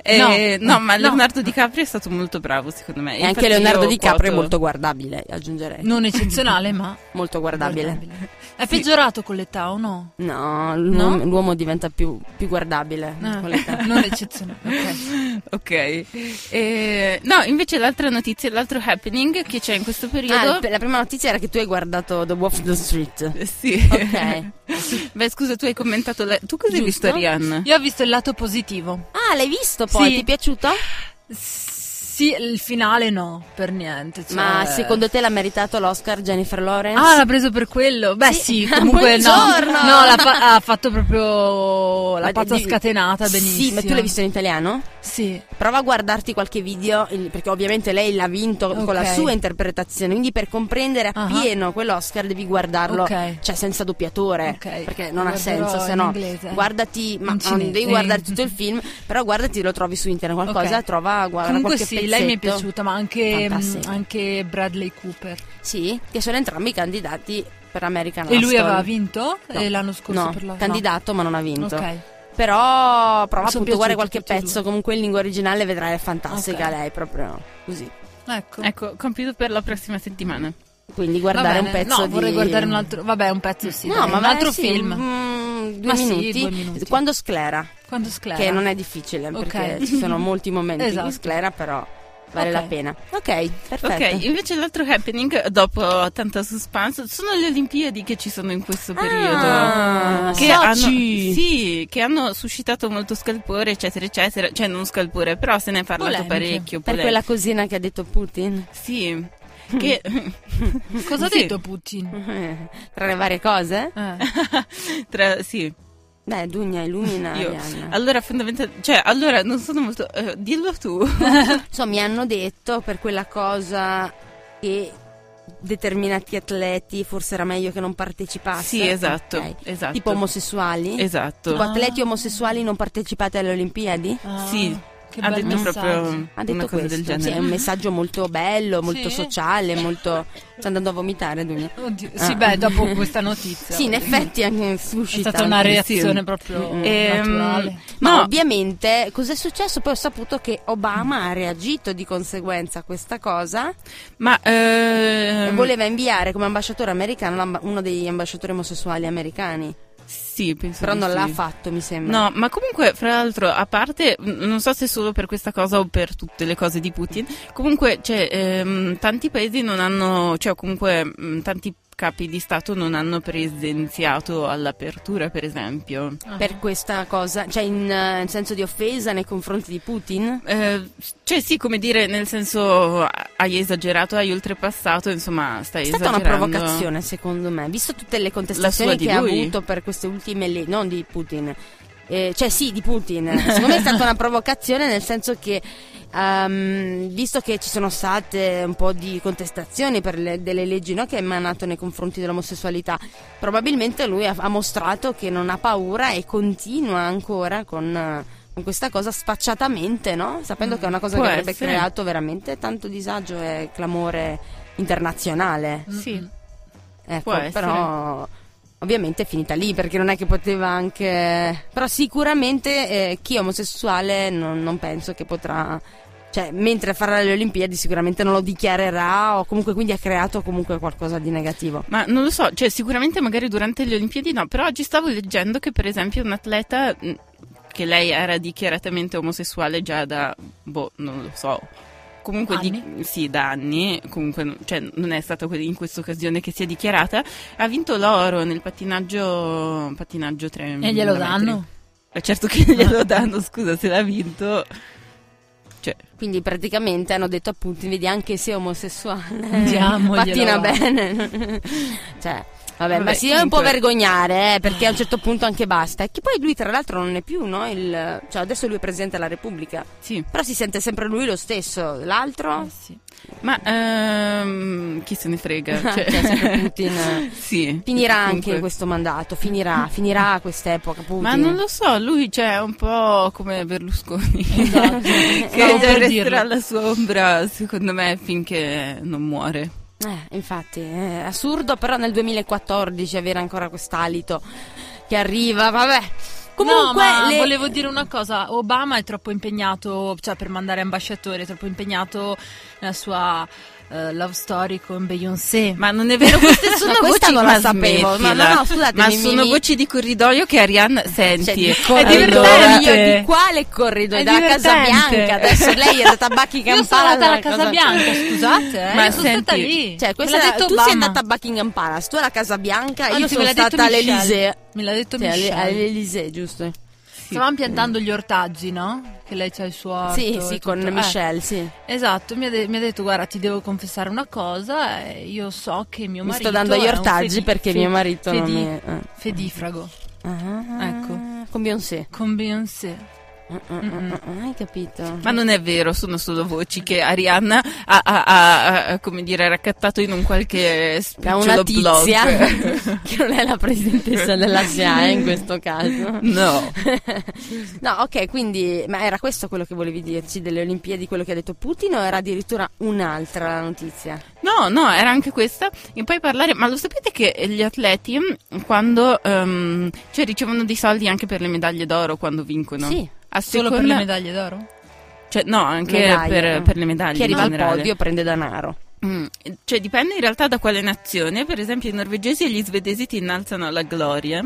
[SPEAKER 5] Eh, no,
[SPEAKER 4] No,
[SPEAKER 5] ma
[SPEAKER 4] no.
[SPEAKER 5] Leonardo DiCaprio è stato molto bravo, secondo me.
[SPEAKER 3] E anche
[SPEAKER 5] Infatti
[SPEAKER 3] Leonardo
[SPEAKER 5] io
[SPEAKER 3] DiCaprio è
[SPEAKER 5] quoto-
[SPEAKER 3] molto guardabile, aggiungerei.
[SPEAKER 4] Non eccezionale, ma
[SPEAKER 3] Molto guardabile.
[SPEAKER 4] guardabile. È peggiorato con l'età o no?
[SPEAKER 3] No, l'uomo,
[SPEAKER 4] No?
[SPEAKER 3] l'uomo diventa più, più guardabile.
[SPEAKER 4] Ah,
[SPEAKER 3] con l'età.
[SPEAKER 4] non eccezionale. ok.
[SPEAKER 5] Ok. Eh, no, invece l'altra notizia, l'altro happening che c'è in questo periodo.
[SPEAKER 3] Ah, la prima notizia era che tu hai guardato The Wolf of the Street.
[SPEAKER 5] Eh, sì.
[SPEAKER 3] Ok.
[SPEAKER 5] Beh, scusa, tu hai commentato. la- Tu cosa hai visto,
[SPEAKER 3] Giusto.
[SPEAKER 5] Arianna?
[SPEAKER 4] Io ho visto il lato positivo.
[SPEAKER 3] Ah, l'hai visto poi?
[SPEAKER 4] Sì.
[SPEAKER 3] Ti è piaciuto?
[SPEAKER 4] Sì, il finale no, per niente. cioè-
[SPEAKER 3] Ma secondo te l'ha meritato l'Oscar Jennifer Lawrence?
[SPEAKER 4] Ah, l'ha preso per quello? Beh,
[SPEAKER 3] Sì.
[SPEAKER 4] sì, comunque no.
[SPEAKER 3] Buongiorno.
[SPEAKER 4] No, l'ha fa- ha fatto proprio la
[SPEAKER 3] Ma
[SPEAKER 4] pazza
[SPEAKER 3] di-
[SPEAKER 4] scatenata, benissimo.
[SPEAKER 3] Sì, ma tu l'hai visto in italiano?
[SPEAKER 4] Sì.
[SPEAKER 3] Prova a guardarti qualche video, il- perché ovviamente lei l'ha vinto con
[SPEAKER 4] Ok.
[SPEAKER 3] la sua interpretazione, quindi per comprendere
[SPEAKER 4] Ah.
[SPEAKER 3] appieno quell'Oscar devi guardarlo,
[SPEAKER 4] Ok.
[SPEAKER 3] cioè senza doppiatore,
[SPEAKER 4] Ok.
[SPEAKER 3] perché non ha
[SPEAKER 4] Guarderò
[SPEAKER 3] senso, se
[SPEAKER 4] in
[SPEAKER 3] no
[SPEAKER 4] inglese.
[SPEAKER 3] guardati, ma
[SPEAKER 4] In
[SPEAKER 3] non
[SPEAKER 4] cinese.
[SPEAKER 3] devi guardare tutto il film, però guardati, lo trovi su internet qualcosa,
[SPEAKER 4] Ok.
[SPEAKER 3] trova, guarda
[SPEAKER 4] Comunque
[SPEAKER 3] qualche
[SPEAKER 4] sì, lei mi è
[SPEAKER 3] pezzetto.
[SPEAKER 4] piaciuta, ma anche,
[SPEAKER 3] Fantastico.
[SPEAKER 4] mh, anche Bradley Cooper.
[SPEAKER 3] Sì, che sono entrambi candidati per American
[SPEAKER 4] E lui
[SPEAKER 3] Hustle.
[SPEAKER 4] aveva vinto eh, l'anno scorso
[SPEAKER 3] No,
[SPEAKER 4] per la...
[SPEAKER 3] candidato ma non ha vinto.
[SPEAKER 4] Ok.
[SPEAKER 3] Però prova a
[SPEAKER 4] Sono
[SPEAKER 3] puntuare
[SPEAKER 4] piaciuti
[SPEAKER 3] qualche
[SPEAKER 4] tutti e
[SPEAKER 3] pezzo,
[SPEAKER 4] due.
[SPEAKER 3] comunque in lingua originale vedrai è fantastica
[SPEAKER 4] Ok.
[SPEAKER 3] lei, proprio così.
[SPEAKER 4] Ecco.
[SPEAKER 5] Ecco, compiuto per la prossima settimana.
[SPEAKER 3] Quindi
[SPEAKER 4] Va
[SPEAKER 3] guardare
[SPEAKER 4] bene.
[SPEAKER 3] un pezzo
[SPEAKER 4] No,
[SPEAKER 3] di...
[SPEAKER 4] vorrei guardare un altro... Vabbè, un pezzo sì.
[SPEAKER 3] No,
[SPEAKER 4] dai,
[SPEAKER 3] ma
[SPEAKER 4] un altro
[SPEAKER 3] sì,
[SPEAKER 4] film.
[SPEAKER 3] mm, due,
[SPEAKER 4] Ma sì,
[SPEAKER 3] minuti.
[SPEAKER 4] due minuti.
[SPEAKER 3] Quando sclera,
[SPEAKER 4] Quando sclera.
[SPEAKER 3] che non è difficile
[SPEAKER 4] Ok.
[SPEAKER 3] perché ci sono molti momenti
[SPEAKER 4] Esatto.
[SPEAKER 3] di sclera, però vale
[SPEAKER 4] Ok.
[SPEAKER 3] la pena. Ok, perfetto.
[SPEAKER 5] Ok, invece l'altro happening, dopo tanta suspense, sono le Olimpiadi che ci sono in questo periodo.
[SPEAKER 3] Ah,
[SPEAKER 5] che
[SPEAKER 3] Sochi!
[SPEAKER 5] hanno, sì, che hanno suscitato molto scalpore, eccetera, eccetera. Cioè, non scalpore, però se ne è parlato
[SPEAKER 4] Polemiche.
[SPEAKER 5] parecchio.
[SPEAKER 3] Per Mm.
[SPEAKER 5] polem-
[SPEAKER 3] quella cosina che ha detto Putin?
[SPEAKER 5] Sì. Che,
[SPEAKER 4] Cosa ha
[SPEAKER 5] Sì.
[SPEAKER 4] detto Putin?
[SPEAKER 3] Tra le varie cose?
[SPEAKER 4] Eh.
[SPEAKER 5] tra, sì,
[SPEAKER 3] Beh, Dugna illumina.
[SPEAKER 5] io.
[SPEAKER 3] Arianna.
[SPEAKER 5] Allora, fondamentalmente, cioè, allora, non sono molto... eh, dillo tu.
[SPEAKER 3] So, mi hanno detto per quella cosa che determinati atleti forse era meglio che non partecipassero.
[SPEAKER 5] sì, esatto,
[SPEAKER 3] Ok.
[SPEAKER 5] esatto.
[SPEAKER 3] Tipo omosessuali?
[SPEAKER 5] Esatto.
[SPEAKER 3] Tipo
[SPEAKER 4] Ah.
[SPEAKER 3] atleti omosessuali non partecipate alle Olimpiadi?
[SPEAKER 4] Ah.
[SPEAKER 5] Sì,
[SPEAKER 4] Che
[SPEAKER 5] ha
[SPEAKER 4] bel
[SPEAKER 5] detto
[SPEAKER 4] messaggio.
[SPEAKER 5] proprio
[SPEAKER 3] Ha detto
[SPEAKER 5] una cosa
[SPEAKER 3] questo.
[SPEAKER 5] del
[SPEAKER 3] Sì,
[SPEAKER 5] genere.
[SPEAKER 3] è un messaggio molto bello, molto
[SPEAKER 4] Sì.
[SPEAKER 3] sociale, molto. Sto andando a vomitare, Dunia.
[SPEAKER 4] Oddio,
[SPEAKER 3] Ah.
[SPEAKER 4] Sì, beh, dopo questa notizia.
[SPEAKER 3] Sì, in effetti anche
[SPEAKER 4] È
[SPEAKER 3] suscita
[SPEAKER 4] stata una
[SPEAKER 3] anche- Mm.
[SPEAKER 4] reazione proprio
[SPEAKER 5] Ehm,
[SPEAKER 4] naturale.
[SPEAKER 3] Ma
[SPEAKER 5] no,
[SPEAKER 3] ovviamente cos'è successo? Poi ho saputo che Obama ha reagito di conseguenza a questa cosa
[SPEAKER 5] ma
[SPEAKER 3] e
[SPEAKER 5] ehm,
[SPEAKER 3] voleva inviare come ambasciatore americano l'amba- uno degli ambasciatori omosessuali americani,
[SPEAKER 5] sì, penso
[SPEAKER 3] però
[SPEAKER 5] di
[SPEAKER 3] non l'ha
[SPEAKER 5] sì.
[SPEAKER 3] fatto, mi sembra.
[SPEAKER 5] No, ma comunque, fra l'altro, a parte, mh, non so se solo per questa cosa o per tutte le cose di Putin, comunque, cioè, ehm, tanti paesi non hanno, cioè, comunque, mh, tanti capi di Stato non hanno presenziato all'apertura, per esempio.
[SPEAKER 3] Per questa cosa, cioè in, eh, in senso di offesa nei confronti di Putin?
[SPEAKER 5] Eh, cioè, sì, come dire, nel senso, hai esagerato, hai oltrepassato, insomma, stai
[SPEAKER 3] È stata una
[SPEAKER 5] esagerando.
[SPEAKER 3] provocazione, secondo me, visto tutte le
[SPEAKER 5] La
[SPEAKER 3] contestazioni
[SPEAKER 5] sua di
[SPEAKER 3] che ha
[SPEAKER 5] lui?
[SPEAKER 3] avuto per queste ultime le- non di Putin. Eh, cioè sì, di Putin. Secondo me è stata una provocazione nel senso che ehm, visto che ci sono state un po' di contestazioni per le- delle leggi no, che ha emanato nei confronti dell'omosessualità, probabilmente lui ha, ha mostrato che non ha paura e continua ancora con, eh, con questa cosa spacciatamente, no? sapendo che è una cosa
[SPEAKER 5] Mm, può
[SPEAKER 3] che avrebbe
[SPEAKER 5] essere.
[SPEAKER 3] creato veramente tanto disagio e clamore internazionale.
[SPEAKER 4] Mm,
[SPEAKER 5] Sì.
[SPEAKER 3] Ecco,
[SPEAKER 5] Mm. Può essere.
[SPEAKER 3] però ovviamente è finita lì perché non è che poteva anche... Però sicuramente eh, chi è omosessuale non, non penso che potrà... Cioè, mentre farà le Olimpiadi sicuramente non lo dichiarerà o comunque quindi ha creato comunque qualcosa di negativo.
[SPEAKER 5] Ma non lo so, cioè sicuramente magari durante le Olimpiadi no, però oggi stavo leggendo che per esempio un atleta mh, che lei era dichiaratamente omosessuale già da, boh, non lo so. Comunque Di, sì, da anni, comunque non- cioè, non è stata que- in questa occasione che si è dichiarata, ha vinto l'oro nel pattinaggio pattinaggio 3
[SPEAKER 4] E glielo danno? Ah.
[SPEAKER 5] certo che glielo danno, scusa, se l'ha vinto. Cioè,
[SPEAKER 3] Quindi praticamente hanno detto appunto, vedi anche se è omosessuale,
[SPEAKER 4] Diamoglielo,
[SPEAKER 3] pattina
[SPEAKER 4] va.
[SPEAKER 3] bene. cioè, vabbè, ma
[SPEAKER 5] Vabbè,
[SPEAKER 3] si deve un po'
[SPEAKER 5] comunque-
[SPEAKER 3] vergognare eh, perché a un certo punto anche basta. E che poi lui tra l'altro non è più, no? Il... Cioè adesso lui è Presidente della Repubblica.
[SPEAKER 5] sì.
[SPEAKER 3] Però si sente sempre lui lo stesso, l'altro?
[SPEAKER 5] Eh, Ma ehm, chi se ne frega?
[SPEAKER 3] Cioè, sempre Putin.
[SPEAKER 5] sì.
[SPEAKER 3] Finirà anche
[SPEAKER 5] Comunque.
[SPEAKER 3] questo mandato, finirà, finirà quest'epoca. Putin.
[SPEAKER 5] Ma non lo so, lui c'è un po' come Berlusconi,
[SPEAKER 4] Esatto.
[SPEAKER 5] che
[SPEAKER 4] Stavo per dirlo.
[SPEAKER 5] resterà alla sua ombra, secondo me, finché non muore.
[SPEAKER 3] Eh, infatti, è assurdo, però nel 2014 avere ancora quest'alito che arriva, vabbè. Comunque,
[SPEAKER 4] no, ma
[SPEAKER 3] le-
[SPEAKER 4] volevo dire una cosa, Obama è troppo impegnato, cioè per mandare ambasciatore, è troppo impegnato nella sua eh, love story con Beyoncé.
[SPEAKER 5] Ma non è vero, queste sono
[SPEAKER 3] No, questa
[SPEAKER 5] voci
[SPEAKER 3] non
[SPEAKER 5] ma
[SPEAKER 3] la sapevo. No,
[SPEAKER 5] smettila.
[SPEAKER 3] no, no, scusatemi,
[SPEAKER 5] Ma
[SPEAKER 3] mi-
[SPEAKER 5] sono
[SPEAKER 3] mi-
[SPEAKER 5] voci di corridoio che Ariane senti.
[SPEAKER 3] Cioè, di
[SPEAKER 5] è
[SPEAKER 3] corridoio,
[SPEAKER 5] divertente.
[SPEAKER 3] io di quale corridoio?
[SPEAKER 4] È
[SPEAKER 3] Da Casa
[SPEAKER 4] divertente.
[SPEAKER 3] Bianca. Adesso lei è andata a Buckingham
[SPEAKER 4] Io sono andata alla
[SPEAKER 3] Palace.
[SPEAKER 4] Casa
[SPEAKER 3] cosa-
[SPEAKER 4] Bianca, scusate, eh,
[SPEAKER 5] Ma
[SPEAKER 4] io sono stata
[SPEAKER 5] senti,
[SPEAKER 4] lì.
[SPEAKER 3] Cioè, questa
[SPEAKER 4] me l'ha
[SPEAKER 3] è-
[SPEAKER 4] detto
[SPEAKER 3] tu
[SPEAKER 4] Obama.
[SPEAKER 3] sei andata a Buckingham Palace, tu alla Casa Bianca,
[SPEAKER 4] Anzi,
[SPEAKER 3] io sono
[SPEAKER 4] me l'ha detto
[SPEAKER 3] stata
[SPEAKER 4] Michelle.
[SPEAKER 3] all'Elysee.
[SPEAKER 4] Me l'ha detto
[SPEAKER 3] Sì, alle-
[SPEAKER 4] Michelle.
[SPEAKER 3] all'Elysée, giusto?
[SPEAKER 4] Stavamo piantando gli ortaggi, no? Che lei c'ha il suo orto
[SPEAKER 3] Sì,
[SPEAKER 4] e
[SPEAKER 3] sì,
[SPEAKER 4] tutto.
[SPEAKER 3] con
[SPEAKER 4] Eh,
[SPEAKER 3] Michelle, sì.
[SPEAKER 4] esatto, mi ha, de- mi ha detto "Guarda, ti devo confessare una cosa, eh, io so che mio
[SPEAKER 3] Mi
[SPEAKER 4] marito
[SPEAKER 3] sto dando gli
[SPEAKER 4] è un
[SPEAKER 3] ortaggi
[SPEAKER 4] fedi-
[SPEAKER 3] perché
[SPEAKER 4] fe-
[SPEAKER 3] mio marito non
[SPEAKER 4] fedi-
[SPEAKER 3] mi- eh.
[SPEAKER 4] fedifrago
[SPEAKER 3] Ah,
[SPEAKER 4] Ecco.
[SPEAKER 3] Con Beyoncé.
[SPEAKER 4] con Beyoncé.
[SPEAKER 3] Ah, ah, ah, ah, Hai capito?
[SPEAKER 5] Ma non è vero, sono solo voci che Arianna ha, ha- ha- ha, come dire, raccattato in un qualche
[SPEAKER 3] da una
[SPEAKER 5] spicciolo blog.
[SPEAKER 3] tizia che non è la presidentessa della SIAE in questo caso.
[SPEAKER 5] No.
[SPEAKER 3] No, ok, quindi ma era questo quello che volevi dirci delle Olimpiadi, quello che ha detto Putin o era addirittura un'altra la notizia?
[SPEAKER 5] No, no, era anche questa. E poi parlare, ma lo sapete che gli atleti mh, quando ehm, cioè ricevono dei soldi anche per le medaglie d'oro quando vincono?
[SPEAKER 3] Sì,
[SPEAKER 5] A
[SPEAKER 4] Solo per
[SPEAKER 5] seconda-
[SPEAKER 4] le medaglie d'oro?
[SPEAKER 5] Cioè, no, anche
[SPEAKER 3] Medaglie, no?
[SPEAKER 5] per, per le medaglie.
[SPEAKER 3] chi arriva
[SPEAKER 5] in
[SPEAKER 3] al
[SPEAKER 5] generale.
[SPEAKER 3] podio prende danaro.
[SPEAKER 5] Mm, Cioè, dipende in realtà da quale nazione. Per esempio, i norvegesi e gli svedesi ti innalzano alla gloria.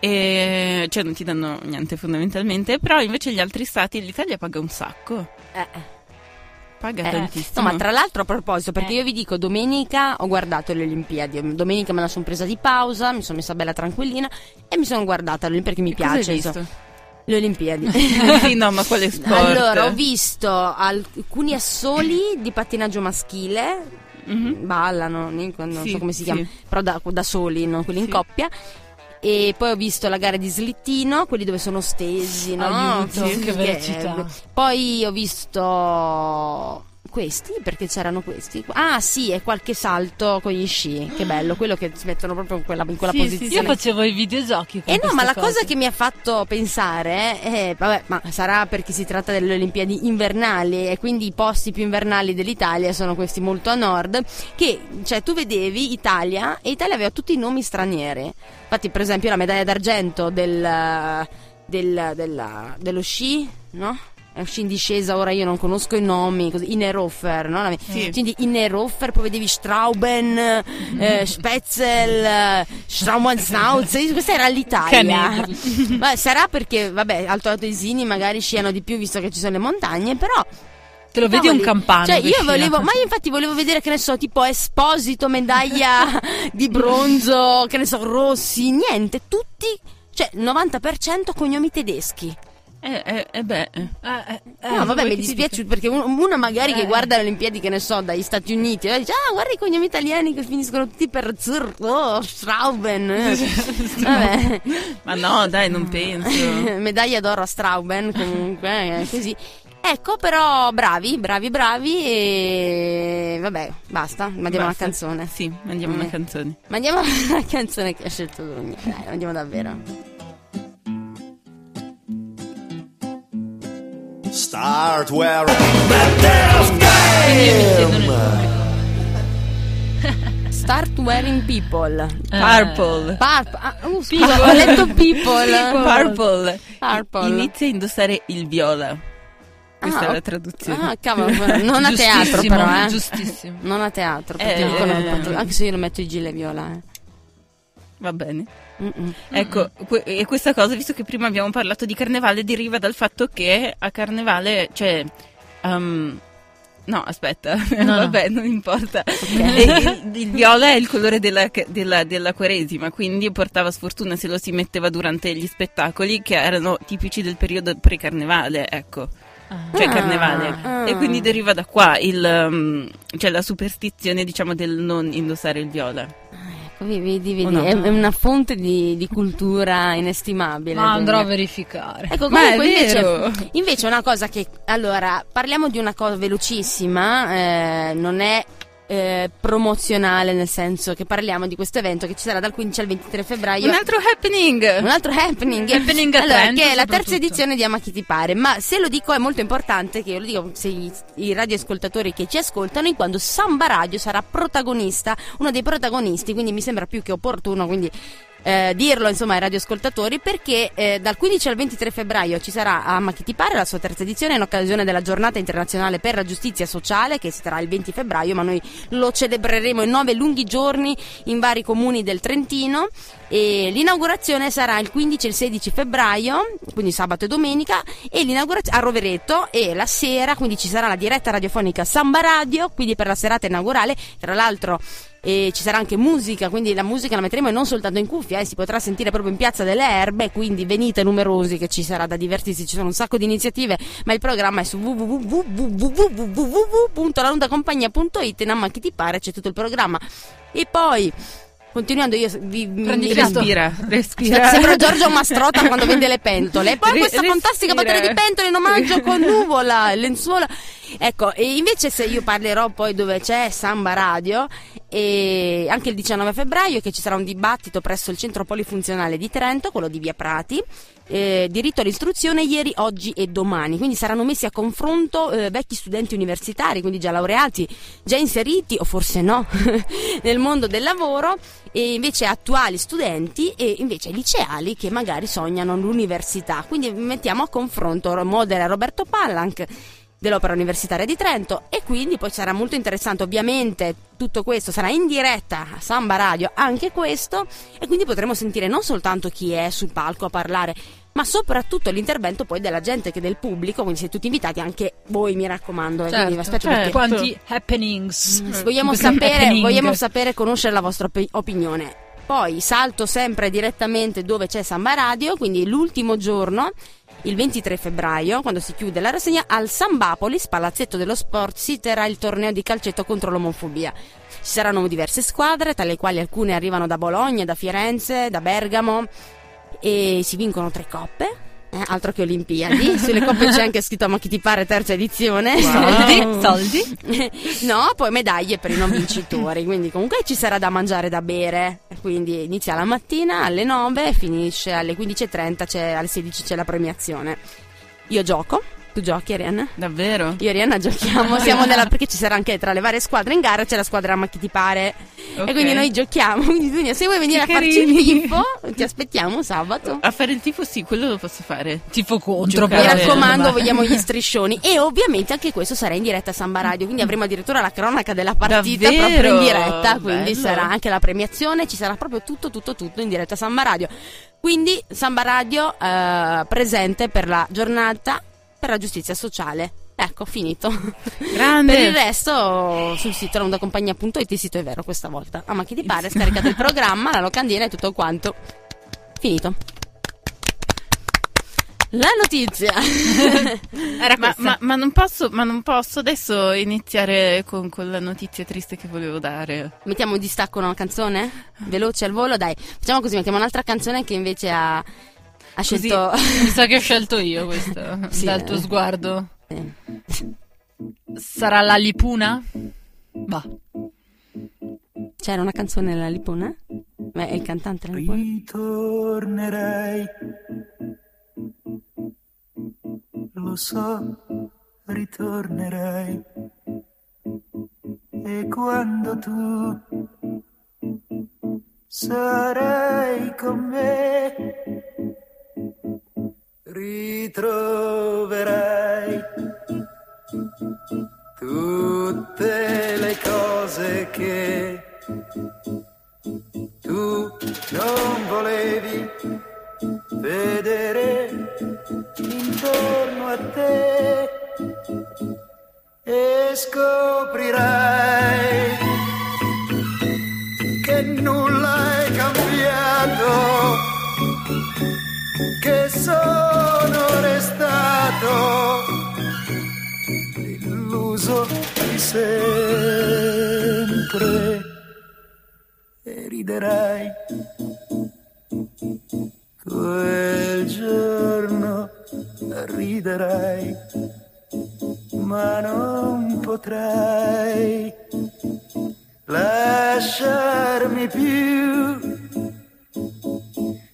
[SPEAKER 5] E cioè non ti danno niente fondamentalmente, però invece gli altri stati l'Italia paga un sacco,
[SPEAKER 3] Eh,
[SPEAKER 5] paga
[SPEAKER 3] eh.
[SPEAKER 5] tantissimo.
[SPEAKER 3] No, ma tra l'altro a proposito, perché io vi dico, domenica ho guardato le Olimpiadi, domenica me la sono presa di pausa, mi sono messa bella tranquillina e mi sono guardata le- perché mi
[SPEAKER 5] Che cosa hai
[SPEAKER 3] piace. insomma. Le Olimpiadi.
[SPEAKER 5] visto? sì, no, ma quale sport?
[SPEAKER 3] Allora, ho visto alcuni assoli di pattinaggio maschile.
[SPEAKER 5] Mhm.
[SPEAKER 3] Ballano, non non
[SPEAKER 5] Sì,
[SPEAKER 3] so come si
[SPEAKER 5] sì.
[SPEAKER 3] chiama, però da, da soli, non quelli in
[SPEAKER 5] Sì.
[SPEAKER 3] coppia. E poi ho visto la gara di slittino, quelli dove sono stesi, no?
[SPEAKER 4] Aiuto,
[SPEAKER 3] Sì,
[SPEAKER 4] che velocità.
[SPEAKER 3] Poi ho visto questi? Perché c'erano questi? Ah sì, e qualche salto con gli sci, che bello, quello che si mettono proprio in quella, in quella
[SPEAKER 4] Sì, sì,
[SPEAKER 3] posizione.
[SPEAKER 4] io facevo i videogiochi. con
[SPEAKER 3] Eh no,
[SPEAKER 4] queste
[SPEAKER 3] ma la cosa
[SPEAKER 4] cose.
[SPEAKER 3] che mi ha fatto pensare, eh, vabbè, ma sarà perché si tratta delle Olimpiadi invernali e quindi i posti più invernali dell'Italia sono questi molto a nord, che cioè tu vedevi Italia e Italia aveva tutti i nomi stranieri. Infatti, per esempio, la medaglia d'argento del, del- della- dello sci, no? È un sci in discesa, ora io non conosco i nomi, così, Innerhofer, no? La-
[SPEAKER 5] Sì.
[SPEAKER 3] Quindi Innerhofer, poi vedevi Strauben, eh, Spetzel, eh, Straumanznauz, questa era l'Italia. Ma sarà perché, vabbè, alto altesini magari sciano di più visto che ci sono le montagne, però
[SPEAKER 4] Te lo vedi un
[SPEAKER 3] Cavoli.
[SPEAKER 4] campano.
[SPEAKER 3] Cioè,
[SPEAKER 4] che
[SPEAKER 3] io
[SPEAKER 4] scia.
[SPEAKER 3] volevo, ma io infatti volevo vedere, che ne so, tipo Esposito, medaglia di bronzo, che ne so, Rossi, niente, tutti, cioè, 90% cognomi tedeschi.
[SPEAKER 5] Eh, eh, eh beh. eh.
[SPEAKER 4] Eh, eh, eh,
[SPEAKER 3] no, vabbè,
[SPEAKER 4] vuoi
[SPEAKER 3] mi
[SPEAKER 4] che ti
[SPEAKER 3] dispiace
[SPEAKER 4] dica?
[SPEAKER 3] perché un- una magari che
[SPEAKER 4] Eh.
[SPEAKER 3] guarda le Olimpiadi, che ne so, dagli Stati Uniti, e dice, ah, guarda i cognomi italiani che finiscono tutti per Zur, oh, Strauben. eh." vabbè.
[SPEAKER 5] Ma no, dai, non penso.
[SPEAKER 3] medaglia d'oro a Strauben comunque eh, così ecco però bravi bravi bravi e vabbè basta mandiamo una
[SPEAKER 5] Basta.
[SPEAKER 3] canzone
[SPEAKER 5] Sì, mandiamo
[SPEAKER 3] Eh.
[SPEAKER 5] una canzone.
[SPEAKER 3] mandiamo la canzone che ha scelto Brugni dai andiamo davvero
[SPEAKER 6] Start wearing the damn game.
[SPEAKER 3] Start Wearing People
[SPEAKER 5] Purple.
[SPEAKER 3] Purp- ah, uh, scusa ho letto People
[SPEAKER 5] Purple.
[SPEAKER 3] Purple.
[SPEAKER 5] Inizia a indossare il viola. Questa
[SPEAKER 3] Ah,
[SPEAKER 5] è
[SPEAKER 3] ok.
[SPEAKER 5] la traduzione.
[SPEAKER 3] ah cavolo non a teatro
[SPEAKER 4] Giustissimo,
[SPEAKER 3] però eh
[SPEAKER 4] Giustissimo.
[SPEAKER 3] non a teatro
[SPEAKER 5] Eh,
[SPEAKER 3] perché io
[SPEAKER 5] eh,
[SPEAKER 3] conosco-
[SPEAKER 5] eh.
[SPEAKER 3] anche se io lo metto i gilet viola eh.
[SPEAKER 5] Va bene.
[SPEAKER 3] Mm-mm.
[SPEAKER 5] Ecco, que- e questa cosa, visto che prima abbiamo parlato di carnevale, deriva dal fatto che a carnevale, cioè... ehm, no, aspetta,
[SPEAKER 4] no.
[SPEAKER 5] vabbè, non importa. E il, il viola è il colore della, della- della quaresima, quindi portava sfortuna se lo si metteva durante gli spettacoli che erano tipici del periodo pre-carnevale, ecco. Cioè
[SPEAKER 3] Ah,
[SPEAKER 5] carnevale.
[SPEAKER 3] ah.
[SPEAKER 5] E quindi deriva da qua il, ehm, cioè la superstizione, diciamo, del non indossare il viola.
[SPEAKER 4] Ah,
[SPEAKER 3] Ecco, vi- Vedi, vedi,
[SPEAKER 5] O no?
[SPEAKER 3] è, è una fonte di, di cultura inestimabile.
[SPEAKER 4] Ma andrò a
[SPEAKER 3] quindi.
[SPEAKER 4] verificare.
[SPEAKER 3] Ecco,
[SPEAKER 5] Ma è
[SPEAKER 3] comunque
[SPEAKER 5] vero.
[SPEAKER 3] invece, invece una cosa che... Allora, parliamo di una cosa velocissima, eh, non è eh, promozionale nel senso che parliamo di questo evento che ci sarà dal 15 al 23 febbraio.
[SPEAKER 5] Un altro happening!
[SPEAKER 3] Un altro happening,
[SPEAKER 4] Happening a
[SPEAKER 3] Allora,
[SPEAKER 4] Trento,
[SPEAKER 3] che è la terza
[SPEAKER 4] soprattutto.
[SPEAKER 3] edizione di Ama chi ti pare. Ma se lo dico è molto importante, che io lo dico se i, i radioascoltatori che ci ascoltano, in quanto Samba Radio sarà protagonista, uno dei protagonisti, quindi mi sembra più che opportuno, quindi. eh, dirlo insomma ai radioascoltatori perché eh, dal 15 al 23 febbraio ci sarà a Ma chi ti pare la sua terza edizione in occasione della giornata internazionale per la giustizia sociale che si sarà il 20 febbraio ma noi lo celebreremo in nove lunghi giorni in vari comuni del Trentino e l'inaugurazione sarà il 15 e il 16 febbraio, quindi sabato e domenica, e l'inaugurazio- a Rovereto e la sera, quindi ci sarà la diretta radiofonica Samba Radio, quindi per la serata inaugurale, tra l'altro eh, ci sarà anche musica, quindi la musica la metteremo e non soltanto in cuffia, eh, si potrà sentire proprio in Piazza delle Erbe, quindi venite numerosi che ci sarà da divertirsi, ci sono un sacco di iniziative, ma il programma è su www.laondacompagnia.it, in amma chi ti pare c'è tutto il programma. E poi, continuando io vi...
[SPEAKER 4] Prendi
[SPEAKER 3] mi-
[SPEAKER 4] fiato.
[SPEAKER 5] Mm, Respira,
[SPEAKER 3] Cioè,
[SPEAKER 5] respira.
[SPEAKER 3] sembra Giorgio Mastrota quando vende le pentole. E poi
[SPEAKER 5] Ri-
[SPEAKER 3] questa
[SPEAKER 5] respira.
[SPEAKER 3] fantastica batteria di pentole in omaggio con nuvola, lenzuola. Ecco, e invece se io parlerò poi dove c'è Samba Radio, e anche il 19 febbraio che ci sarà un dibattito presso il centro polifunzionale di Trento, quello di Via Prati, eh, diritto all'istruzione ieri, oggi e domani. Quindi saranno messi a confronto eh, vecchi studenti universitari, quindi già laureati, già inseriti o forse no nel mondo del lavoro e invece attuali studenti e invece liceali che magari sognano l'università. Quindi mettiamo a confronto modera Roberto Pallanc dell'Opera Universitaria di Trento e quindi poi sarà molto interessante ovviamente tutto questo sarà in diretta a Samba Radio anche questo e quindi potremo sentire non soltanto chi è sul palco a parlare ma soprattutto l'intervento poi della gente che del pubblico quindi siete tutti invitati anche voi mi raccomando eh, quindi vi aspetto
[SPEAKER 2] Cioè,
[SPEAKER 5] certo.
[SPEAKER 3] perché
[SPEAKER 4] Quanti happenings.
[SPEAKER 3] se vogliamo
[SPEAKER 4] Questo
[SPEAKER 3] sapere,
[SPEAKER 4] happening.
[SPEAKER 3] vogliamo sapere e conoscere la vostra opi- opinione. Poi salto sempre direttamente dove c'è Samba Radio, quindi l'ultimo giorno, il 23 febbraio, quando si chiude la rassegna, al Sambapolis, palazzetto dello sport, si terrà il torneo di calcetto contro l'omofobia. Ci saranno diverse squadre, tra le quali alcune arrivano da Bologna, da Firenze, da Bergamo e si vincono tre coppe. Eh, altro che Olimpiadi, sulle coppe c'è anche scritto Ma chi ti pare terza edizione.
[SPEAKER 2] Soldi, soldi.
[SPEAKER 3] no, poi medaglie per i non vincitori, quindi comunque ci sarà da mangiare e da bere. Quindi inizia la mattina alle 9 e finisce alle 15.30, c'è, alle 16 c'è la premiazione. Io gioco, tu giochi Arianna?
[SPEAKER 5] Davvero?
[SPEAKER 3] Io e Arianna giochiamo, siamo nella, perché ci sarà anche tra le varie squadre in gara, c'è la squadra Ma chi ti pare.
[SPEAKER 5] Ok.
[SPEAKER 3] E quindi noi giochiamo, quindi Dunia, se vuoi venire
[SPEAKER 5] Che
[SPEAKER 3] a farci il
[SPEAKER 5] carini.
[SPEAKER 3] tifo, ti aspettiamo sabato.
[SPEAKER 5] A fare il tifo sì, quello lo posso fare.
[SPEAKER 2] Tifo contro.
[SPEAKER 5] Mi
[SPEAKER 3] Mi
[SPEAKER 5] Eh,
[SPEAKER 2] però.
[SPEAKER 3] raccomando,
[SPEAKER 2] Vabbè.
[SPEAKER 3] vogliamo gli striscioni. E ovviamente anche questo sarà in diretta a Samba Radio, quindi avremo addirittura la cronaca della partita
[SPEAKER 5] Davvero?
[SPEAKER 3] proprio in diretta. Quindi
[SPEAKER 5] Bello.
[SPEAKER 3] sarà anche la premiazione, ci sarà proprio tutto, tutto, tutto in diretta a Samba Radio. Quindi Samba Radio eh, presente per la giornata per la giustizia sociale. Ecco, finito.
[SPEAKER 5] Grande.
[SPEAKER 3] Per il resto sul sito rondacompagnia.it, il sito è vero questa volta. Ah, ma chi ti pare? Scaricate il programma, la locandina e tutto quanto. Finito. La notizia. Ecco
[SPEAKER 2] Era
[SPEAKER 5] Ma,
[SPEAKER 2] questa.
[SPEAKER 5] ma- ma non posso, ma non posso adesso iniziare con, con la notizia triste che volevo dare.
[SPEAKER 3] Mettiamo in distacco una canzone? Veloce al volo, dai. Facciamo così, mettiamo un'altra canzone che invece ha, ha scelto...
[SPEAKER 2] Mi sa che ho scelto io questo,
[SPEAKER 3] Sì,
[SPEAKER 2] dal
[SPEAKER 3] eh.
[SPEAKER 2] tuo sguardo.
[SPEAKER 3] Eh,
[SPEAKER 2] Sarà la Lipuna? Bah.
[SPEAKER 3] C'era una canzone la Lipona? Beh, è il cantante la Lipona?
[SPEAKER 7] Ritornerei, lo so, ritornerei. E quando tu sarai con me, ritroverai tutte le cose che tu non volevi vedere intorno a te e scoprirai che nulla è cambiato, che sono restato illuso di sempre e riderai quel giorno riderai ma non potrai lasciarmi più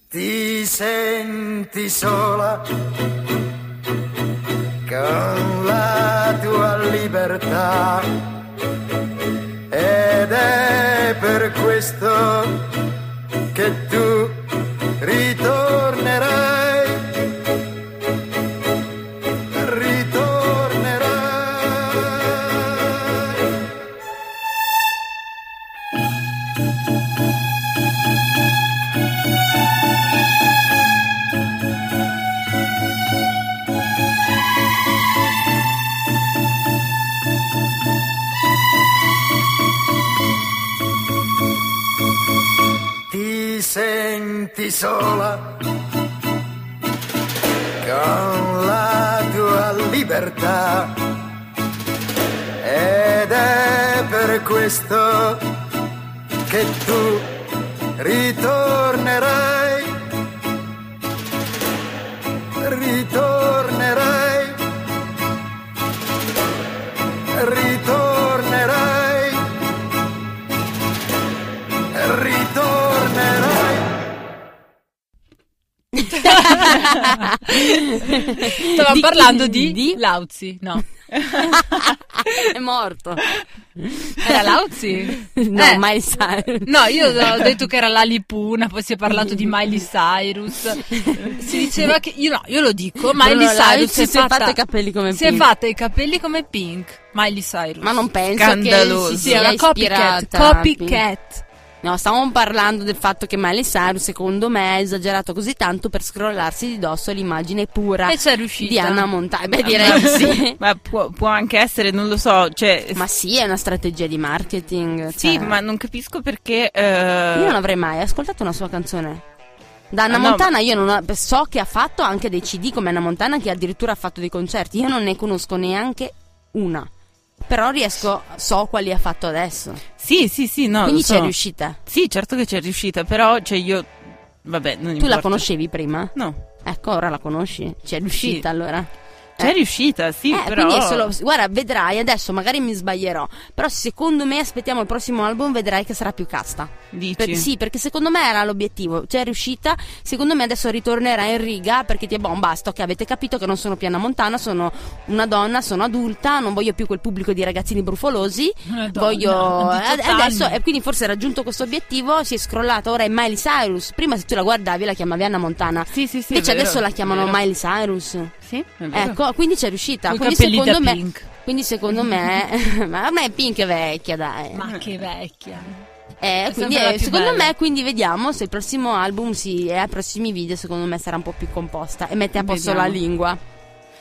[SPEAKER 7] ti senti sola con la tua libertà ed è per questo che tu ritornerai, ritornerai. ti senti sola con la tua libertà ed è per questo che tu ritornerai, ritornerai, ritornerai ritornerai.
[SPEAKER 2] Stavo
[SPEAKER 3] Di-
[SPEAKER 2] parlando di,
[SPEAKER 3] di- Ah,
[SPEAKER 2] Lauzi, no.
[SPEAKER 3] è morto.
[SPEAKER 2] Era Lauzi?
[SPEAKER 3] No,
[SPEAKER 2] Eh.
[SPEAKER 3] mai sai.
[SPEAKER 2] No, io ho detto che era la Lipuna, poi si è parlato di Miley Cyrus. Si diceva che io no, io lo dico, Miley
[SPEAKER 3] Bruno
[SPEAKER 2] Cyrus
[SPEAKER 3] Lauzi si è fatta i capelli come
[SPEAKER 2] Si è
[SPEAKER 3] Pink.
[SPEAKER 2] fatta i capelli come Pink, Miley Cyrus.
[SPEAKER 3] Ma non penso
[SPEAKER 5] Scandaloso.
[SPEAKER 3] che si
[SPEAKER 2] sì, è
[SPEAKER 3] sia
[SPEAKER 2] una copycat,
[SPEAKER 3] ispirata.
[SPEAKER 2] copycat.
[SPEAKER 3] No, stavamo parlando del fatto che Miley Cyrus, secondo me, ha esagerato così tanto per scrollarsi di dosso l'immagine pura
[SPEAKER 2] E c'è riuscita.
[SPEAKER 3] di Anna Montagna. Beh, direi di Eh, sì.
[SPEAKER 5] Ma può, può anche essere, non lo so, cioè...
[SPEAKER 3] Ma sì, è una strategia di marketing.
[SPEAKER 5] sì,
[SPEAKER 3] cioè.
[SPEAKER 5] ma non capisco perché... eh,
[SPEAKER 3] Io non avrei mai ascoltato una sua canzone. Da Anna
[SPEAKER 5] Ah, no,
[SPEAKER 3] Montana io non ho- so che ha fatto anche dei CD come Anna Montana che addirittura ha fatto dei concerti. Io non ne conosco neanche una. Però riesco, so quali ha fatto adesso.
[SPEAKER 5] Sì, sì, sì, no.
[SPEAKER 3] Quindi
[SPEAKER 5] lo so.
[SPEAKER 3] c'è riuscita.
[SPEAKER 5] Sì, certo che c'è riuscita, però cioè io... Vabbè, non
[SPEAKER 3] Tu la
[SPEAKER 5] importa.
[SPEAKER 3] conoscevi prima?
[SPEAKER 5] No.
[SPEAKER 3] Ecco, ora la conosci. Ci è riuscita allora.
[SPEAKER 5] C'è riuscita, sì,
[SPEAKER 3] Eh,
[SPEAKER 5] però...
[SPEAKER 3] quindi è solo. Guarda, vedrai adesso, magari mi sbaglierò. Però secondo me aspettiamo il prossimo album, vedrai che sarà più casta.
[SPEAKER 5] Dici?
[SPEAKER 3] Per- sì, perché secondo me era l'obiettivo. Cioè, è riuscita. Secondo me adesso ritornerà in riga perché ti è bon, basta. Ok, avete capito che non sono più Anna Montana, sono una donna, sono adulta, non voglio più quel pubblico di ragazzini brufolosi.
[SPEAKER 2] Madonna,
[SPEAKER 3] voglio.
[SPEAKER 2] 18
[SPEAKER 3] ad- Adesso,
[SPEAKER 2] anni.
[SPEAKER 3] e quindi forse ha raggiunto questo obiettivo, si è scrollata. Ora è Miley Cyrus. Prima se tu la guardavi la chiamavi Anna Montana.
[SPEAKER 5] Sì, sì, sì, è
[SPEAKER 3] Invece
[SPEAKER 5] vero,
[SPEAKER 3] adesso la
[SPEAKER 5] è
[SPEAKER 3] chiamano
[SPEAKER 5] vero.
[SPEAKER 3] Miley Cyrus.
[SPEAKER 5] Sì, è vero.
[SPEAKER 3] Ecco, quindi c'è riuscita.
[SPEAKER 2] Coi
[SPEAKER 3] Quindi
[SPEAKER 2] capelli da
[SPEAKER 3] secondo, me,
[SPEAKER 2] Pink.
[SPEAKER 3] quindi secondo me, ma a me è Pink è vecchia, dai.
[SPEAKER 2] Ma che vecchia.
[SPEAKER 3] Eh, quindi,
[SPEAKER 2] sembra la
[SPEAKER 3] eh,
[SPEAKER 2] più
[SPEAKER 3] secondo
[SPEAKER 2] bella.
[SPEAKER 3] me, quindi vediamo se il prossimo album si, e ai prossimi video, secondo me sarà un po' più composta e mette a posto
[SPEAKER 5] Vediamo.
[SPEAKER 3] la lingua.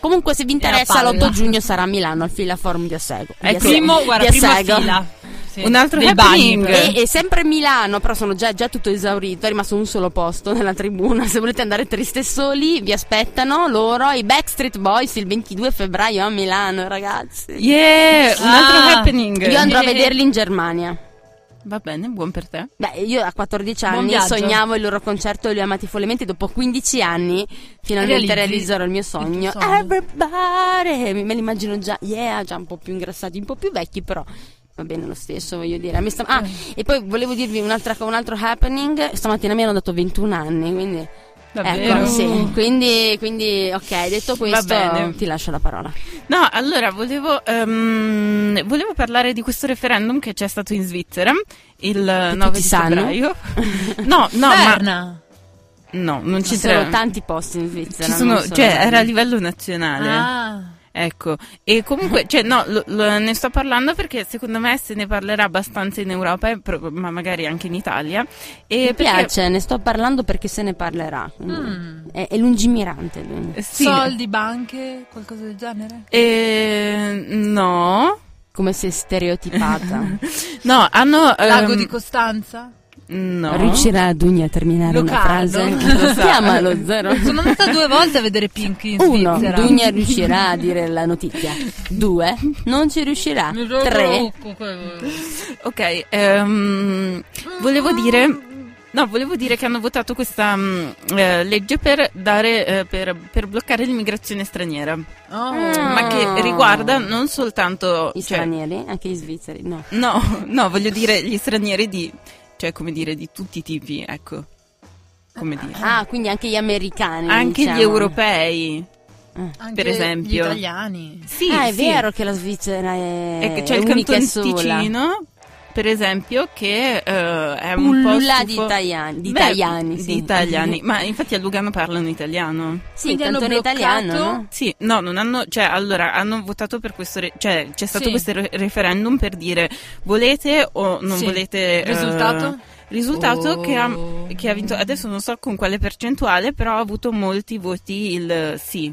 [SPEAKER 3] Comunque, se vi interessa,
[SPEAKER 2] palla.
[SPEAKER 3] l'8 giugno sarà a Milano al Filaforum di Assego.
[SPEAKER 5] È il
[SPEAKER 3] Di Assego-
[SPEAKER 2] Ecco, Primo, guarda,
[SPEAKER 3] di
[SPEAKER 2] prima
[SPEAKER 3] Assego.
[SPEAKER 2] fila. Sì,
[SPEAKER 5] Un altro
[SPEAKER 2] dei
[SPEAKER 5] happening.
[SPEAKER 2] bagni,
[SPEAKER 3] E, e sempre Milano, però sono già, già tutto esaurito, è rimasto un solo posto nella tribuna. Se volete andare triste e soli, vi aspettano loro, i Backstreet Boys, il 22 febbraio a Milano, ragazzi.
[SPEAKER 5] Yeah, un altro
[SPEAKER 2] Ah.
[SPEAKER 5] happening.
[SPEAKER 3] Eh. Io andrò a
[SPEAKER 2] Eh, eh, eh.
[SPEAKER 3] vederli in Germania.
[SPEAKER 5] Va bene, buon per te.
[SPEAKER 3] Beh, io a 14
[SPEAKER 2] Buon
[SPEAKER 3] anni
[SPEAKER 2] viaggio.
[SPEAKER 3] sognavo il loro concerto e li ho amati follemente. Dopo 15 anni, finalmente
[SPEAKER 2] Realizzi
[SPEAKER 3] realizzerò il mio sogno.
[SPEAKER 2] il tuo sogno.
[SPEAKER 3] Everybody! Me li immagino già, yeah, già un po' più ingrassati, un po' più vecchi, però. Va bene lo stesso, voglio dire. A me sta- Ah, e poi volevo dirvi un'altra, co- un altro happening. Stamattina mi hanno dato 21 anni, quindi.
[SPEAKER 5] Davvero?
[SPEAKER 3] Ecco, sì. Quindi, quindi, ok, detto questo,
[SPEAKER 5] bene.
[SPEAKER 3] ti lascio la parola.
[SPEAKER 5] No, allora volevo, ehm, volevo parlare di questo referendum che c'è stato in Svizzera il 9 di
[SPEAKER 3] sanno.
[SPEAKER 5] febbraio. No, no, ma,
[SPEAKER 2] Berna.
[SPEAKER 5] no, non
[SPEAKER 3] Ci
[SPEAKER 5] ci
[SPEAKER 3] sono
[SPEAKER 5] sono
[SPEAKER 3] tanti posti in Svizzera.
[SPEAKER 5] Ci
[SPEAKER 3] non
[SPEAKER 5] sono,
[SPEAKER 3] solo-
[SPEAKER 5] cioè, era a livello nazionale.
[SPEAKER 2] Ah.
[SPEAKER 5] Ecco, e comunque, cioè, no, lo- lo- ne sto parlando perché secondo me se ne parlerà abbastanza in Europa, e pro- ma magari anche in Italia. E
[SPEAKER 3] Mi
[SPEAKER 5] perché- Ah.
[SPEAKER 3] piace, ne sto parlando perché se ne parlerà. quindi È, è lungimirante. quindi.
[SPEAKER 5] Eh, Sì.
[SPEAKER 2] Mm. Soldi, banche, qualcosa del genere?
[SPEAKER 5] Eh, no,
[SPEAKER 3] Come se stereotipata.
[SPEAKER 5] no, hanno.
[SPEAKER 2] Lago
[SPEAKER 5] ehm,
[SPEAKER 2] di Costanza?
[SPEAKER 5] No.
[SPEAKER 3] Riuscirà ad ogni a terminare una
[SPEAKER 2] Locarno.
[SPEAKER 3] frase?
[SPEAKER 2] Non
[SPEAKER 5] lo so.
[SPEAKER 3] Chiamalo zero.
[SPEAKER 2] Sono andata due volte a vedere Pink in
[SPEAKER 3] Uno,
[SPEAKER 2] Svizzera.
[SPEAKER 3] Dugna riuscirà a dire la notizia. Due, non ci riuscirà.
[SPEAKER 2] Mi sono
[SPEAKER 3] Tre,
[SPEAKER 2] troppo quello.
[SPEAKER 5] Ok, ehm, volevo dire. No, volevo dire che hanno votato questa mh, eh, legge per, dare, eh, per, per bloccare l'immigrazione straniera,
[SPEAKER 2] Oh.
[SPEAKER 5] ma che riguarda non soltanto...
[SPEAKER 3] i
[SPEAKER 5] cioè,
[SPEAKER 3] stranieri, anche gli svizzeri. No.
[SPEAKER 5] no, no, voglio dire gli stranieri di... cioè come dire di tutti i tipi, ecco. Come dire.
[SPEAKER 3] Ah, quindi anche gli americani.
[SPEAKER 5] Anche
[SPEAKER 3] diciamo. Eh.
[SPEAKER 5] gli europei.
[SPEAKER 2] Anche
[SPEAKER 5] per esempio.
[SPEAKER 2] Gli italiani.
[SPEAKER 5] Sì,
[SPEAKER 3] Ah, è
[SPEAKER 5] sì.
[SPEAKER 3] vero che la Svizzera è.
[SPEAKER 5] E che c'è il
[SPEAKER 3] unica e
[SPEAKER 5] canton
[SPEAKER 3] sola.
[SPEAKER 5] Ticino, per esempio, che eh, è un po'
[SPEAKER 3] Pulla di
[SPEAKER 5] stufo-
[SPEAKER 3] italiani. Di
[SPEAKER 5] Beh,
[SPEAKER 3] italiani, sì.
[SPEAKER 5] di italiani. ma infatti a Lugano parlano italiano.
[SPEAKER 3] Sì, il
[SPEAKER 2] Quindi hanno
[SPEAKER 3] cantone
[SPEAKER 2] bloccato-
[SPEAKER 3] italiano, no?
[SPEAKER 5] Sì, no, non hanno, cioè, allora hanno votato per questo, re- cioè, c'è stato
[SPEAKER 2] Sì.
[SPEAKER 5] questo re- referendum per dire volete o non
[SPEAKER 2] Sì.
[SPEAKER 5] volete. eh,
[SPEAKER 2] Risultato?
[SPEAKER 5] risultato
[SPEAKER 2] Oh.
[SPEAKER 5] che, ha, che ha vinto, adesso non so con quale percentuale, però ha avuto molti voti il eh, sì.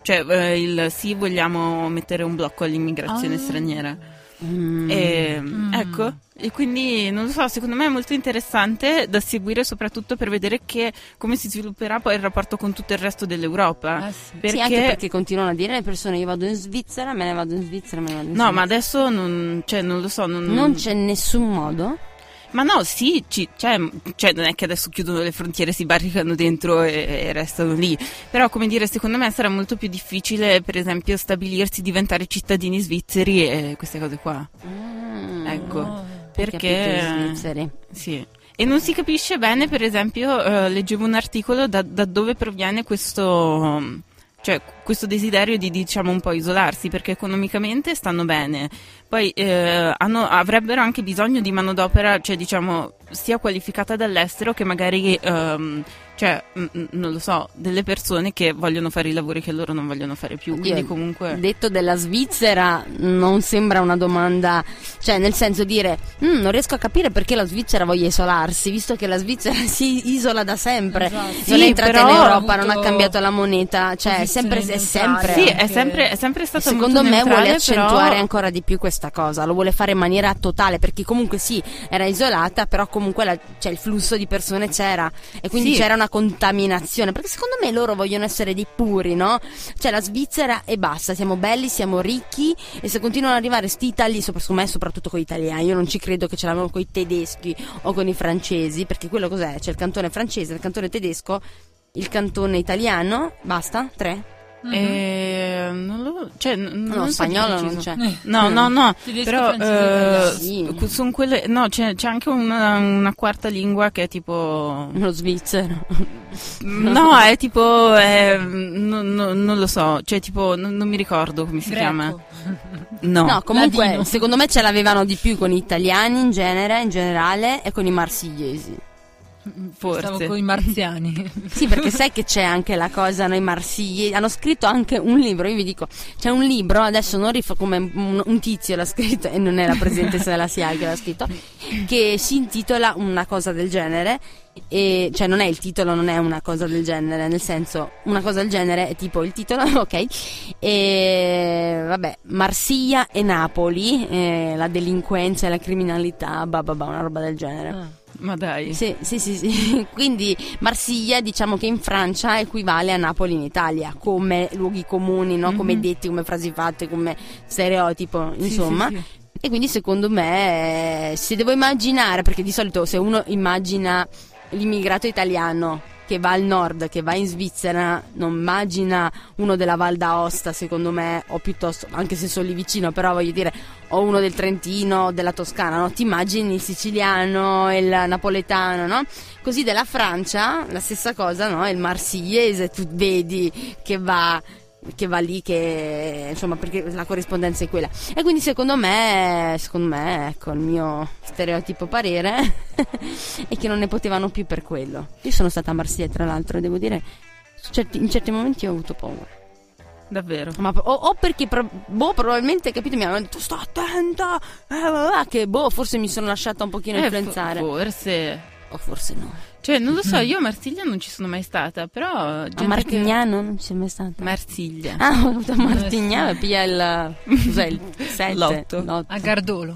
[SPEAKER 5] Cioè, eh, il sì, vogliamo mettere un blocco all'immigrazione
[SPEAKER 2] Ah.
[SPEAKER 5] straniera.
[SPEAKER 3] Mm.
[SPEAKER 5] E,
[SPEAKER 2] Mm.
[SPEAKER 5] Ecco, e quindi non lo so, secondo me è molto interessante da seguire soprattutto per vedere che, come si svilupperà poi il rapporto con tutto il resto dell'Europa.
[SPEAKER 2] Ah, sì.
[SPEAKER 5] Perché,
[SPEAKER 3] Sì, anche perché continuano a dire le persone io vado in Svizzera, me ne vado in Svizzera, me ne vado in
[SPEAKER 5] No, ma
[SPEAKER 3] Svizzera.
[SPEAKER 5] adesso non, cioè, non lo so. Non,
[SPEAKER 3] Non c'è nessun modo.
[SPEAKER 5] Ma no, sì, ci- c'è- cioè, non è che adesso chiudono le frontiere, si barricano dentro e, e restano lì. Però, come dire, secondo me sarà molto più difficile, per esempio, stabilirsi, diventare cittadini svizzeri e queste cose qua. Ecco.
[SPEAKER 2] Oh,
[SPEAKER 3] Capito, gli
[SPEAKER 5] perché.
[SPEAKER 3] svizzeri.
[SPEAKER 5] Sì. E non si capisce bene, per esempio, eh, leggevo un articolo da, da dove proviene questo, cioè, questo desiderio di diciamo un po' isolarsi, perché economicamente stanno bene. Poi eh, hanno- avrebbero anche bisogno di manodopera, cioè diciamo, sia qualificata dall'estero che magari, ehm, cioè, mm, mm, non lo so, delle persone che vogliono fare i lavori che loro non vogliono fare più.
[SPEAKER 3] Oddio,
[SPEAKER 5] Quindi comunque...
[SPEAKER 3] Detto della Svizzera non sembra una domanda, cioè nel senso dire "Mm, non riesco a capire perché la Svizzera voglia isolarsi, visto che la Svizzera si isola da sempre.
[SPEAKER 2] Esatto.
[SPEAKER 3] non
[SPEAKER 5] Sì,
[SPEAKER 3] è entrata in
[SPEAKER 5] però ha
[SPEAKER 3] Europa, non ha
[SPEAKER 2] avuto
[SPEAKER 3] cambiato la moneta, cioè è
[SPEAKER 2] posizioni
[SPEAKER 3] sempre, è sempre.
[SPEAKER 5] Sì,
[SPEAKER 2] neutrali.
[SPEAKER 5] è
[SPEAKER 2] anche-
[SPEAKER 5] sempre, è sempre stato molto
[SPEAKER 3] Secondo me vuole
[SPEAKER 5] neutrale,
[SPEAKER 3] accentuare
[SPEAKER 5] però-
[SPEAKER 3] ancora di più questa cosa, lo vuole fare in maniera totale perché comunque sì, era isolata, però comunque la- cioè, il flusso di persone c'era e quindi
[SPEAKER 5] Sì.
[SPEAKER 3] c'era una contaminazione, perché secondo me loro vogliono essere dei puri, no? Cioè la Svizzera e basta, siamo belli, siamo ricchi e se continuano ad arrivare sti italiani, sopra- secondo me soprattutto con gli italiani, io non ci credo che ce l'abbiano con i tedeschi o con i francesi, perché quello cos'è? C'è il cantone francese, il cantone tedesco. il cantone italiano, basta, tre.
[SPEAKER 2] Mm-hmm.
[SPEAKER 5] Eh, non lo, cioè, n-
[SPEAKER 3] No,
[SPEAKER 5] non so di
[SPEAKER 3] spagnolo non
[SPEAKER 5] preciso.
[SPEAKER 3] c'è.
[SPEAKER 5] No, no, no,
[SPEAKER 2] Tedesco,
[SPEAKER 5] però eh,
[SPEAKER 2] francese,
[SPEAKER 3] italiano.
[SPEAKER 5] cu- sono quelle, no, c'è, c'è anche una, una quarta lingua che è tipo,
[SPEAKER 3] Lo svizzero.
[SPEAKER 5] no, è tipo, è- no- no- non lo so, cioè tipo, non, non mi ricordo come si chiama. No,
[SPEAKER 3] No, comunque,
[SPEAKER 2] Ladino.
[SPEAKER 3] secondo me ce l'avevano di più con gli italiani in genere, in generale, e con i marsigliesi.
[SPEAKER 5] forse.
[SPEAKER 2] Stavo con i marziani.
[SPEAKER 3] Sì, perché sai che c'è anche la cosa, noi marsigliesi hanno scritto anche un libro, io vi dico, c'è un libro, adesso non rifo come un, un tizio l'ha scritto e non è la presidentessa della SIAE che l'ha scritto, che si intitola una cosa del genere, e, cioè non è il titolo, non è una cosa del genere, nel senso una cosa del genere è tipo il titolo, ok, e vabbè, Marsiglia e Napoli, eh, la delinquenza e la criminalità, bah, bah, bah, una roba del genere.
[SPEAKER 5] Ma dai,
[SPEAKER 3] Sì, sì, sì, sì. Quindi Marsiglia diciamo che in Francia equivale a Napoli in Italia, come luoghi comuni, no? come detti, come frasi fatte, come stereotipo, insomma. E quindi secondo me eh, se devo immaginare, perché di solito se uno immagina l'immigrato italiano che va al nord, che va in Svizzera, non immagina uno della Val d'Aosta, secondo me, o piuttosto, anche se sono lì vicino, però voglio dire, o uno del Trentino, o della Toscana, no? Ti immagini il siciliano, il napoletano, no? Così della Francia, la stessa cosa, no? Il marsigliese, tu vedi che va che va lì che insomma perché la corrispondenza è quella e quindi secondo me secondo me ecco il mio stereotipo parere è che non ne potevano più per quello io sono stata a Marsiglia tra l'altro e devo dire su certi- in certi momenti ho avuto paura
[SPEAKER 5] davvero.
[SPEAKER 3] ma o, o perché pro- boh probabilmente capito mi hanno detto sto attenta eh, bla, bla, che boh forse mi sono lasciata un pochino
[SPEAKER 5] Eh,
[SPEAKER 3] influenzare
[SPEAKER 5] fo- forse.
[SPEAKER 3] o forse no
[SPEAKER 5] Cioè, non lo so, io a Marsiglia non ci sono mai stata, però... gente
[SPEAKER 3] a
[SPEAKER 5] che-
[SPEAKER 3] Martignano non c'è mai stata
[SPEAKER 5] Marsiglia.
[SPEAKER 3] ah ho avuto a Martignano piglia il cos'è il 7
[SPEAKER 5] L'otto.
[SPEAKER 2] A Gardolo.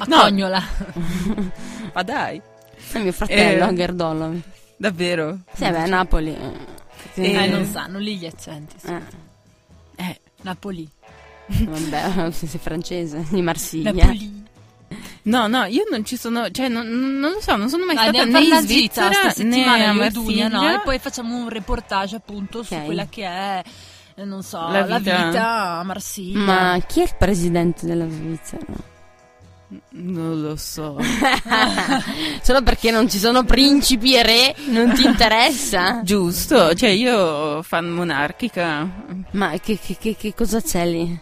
[SPEAKER 2] A
[SPEAKER 5] No.
[SPEAKER 2] Cognola.
[SPEAKER 5] Ma dai,
[SPEAKER 3] È mio fratello,
[SPEAKER 5] Eh.
[SPEAKER 3] Gerdollo.
[SPEAKER 5] davvero.
[SPEAKER 3] Sì, beh, a Napoli. eh. Sì,
[SPEAKER 2] Eh,
[SPEAKER 5] Eh.
[SPEAKER 2] non sanno lì gli accenti. sì.
[SPEAKER 3] eh,
[SPEAKER 5] Eh,
[SPEAKER 2] Napoli.
[SPEAKER 3] vabbè, se sei francese, di Marsiglia.
[SPEAKER 2] Napoli.
[SPEAKER 5] No, no, io non ci sono, cioè non, non- non lo so, non sono mai
[SPEAKER 2] Ah,
[SPEAKER 5] stata
[SPEAKER 2] andiamo a
[SPEAKER 5] né
[SPEAKER 2] fare
[SPEAKER 5] in
[SPEAKER 2] la gita
[SPEAKER 5] Svizzera
[SPEAKER 2] sta
[SPEAKER 5] né
[SPEAKER 2] settimana
[SPEAKER 5] a
[SPEAKER 2] io e Dunia,
[SPEAKER 5] Marsiglia.
[SPEAKER 2] no? E poi facciamo un reportage appunto
[SPEAKER 3] Ok.
[SPEAKER 2] su quella che è, eh, non so,
[SPEAKER 5] La
[SPEAKER 2] la
[SPEAKER 5] vita.
[SPEAKER 2] vita, a Marsiglia.
[SPEAKER 3] Ma chi è il presidente della Svizzera?
[SPEAKER 5] Non lo so.
[SPEAKER 3] Solo perché non ci sono principi e re, non ti interessa?
[SPEAKER 5] Giusto, cioè io fan monarchica. Ma
[SPEAKER 3] Ma che, che- che- che cosa c'è lì?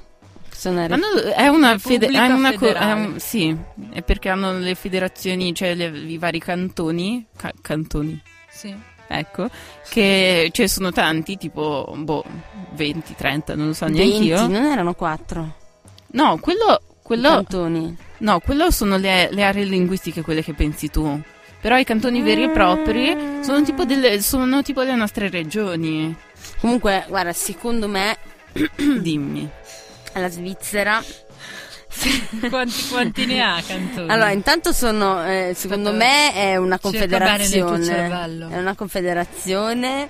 [SPEAKER 3] Sono re-
[SPEAKER 5] non, è una fede, è
[SPEAKER 2] Repubblica
[SPEAKER 5] una co- è
[SPEAKER 2] federale.
[SPEAKER 5] un- sì, è perché hanno le federazioni, cioè le- i vari cantoni, ca- cantoni,
[SPEAKER 2] Sì.
[SPEAKER 5] ecco, che cioè sono tanti, tipo boh, 20, 30, non lo so neanche
[SPEAKER 3] 20,
[SPEAKER 5] io.
[SPEAKER 3] non erano 4
[SPEAKER 5] No, quello quello
[SPEAKER 3] cantoni.
[SPEAKER 5] No, quello sono le, le aree linguistiche, quelle che pensi tu. Però i cantoni veri e propri sono tipo delle, sono tipo le nostre regioni.
[SPEAKER 3] Comunque, guarda, secondo me
[SPEAKER 5] Dimmi.
[SPEAKER 3] la Svizzera
[SPEAKER 2] Quanti, quanti ne ha Cantoni?
[SPEAKER 3] Allora, intanto sono, eh, secondo
[SPEAKER 2] Aspetta,
[SPEAKER 3] me è una
[SPEAKER 2] cerca bene nel tuo
[SPEAKER 3] confederazione.
[SPEAKER 2] cervello.
[SPEAKER 3] È una confederazione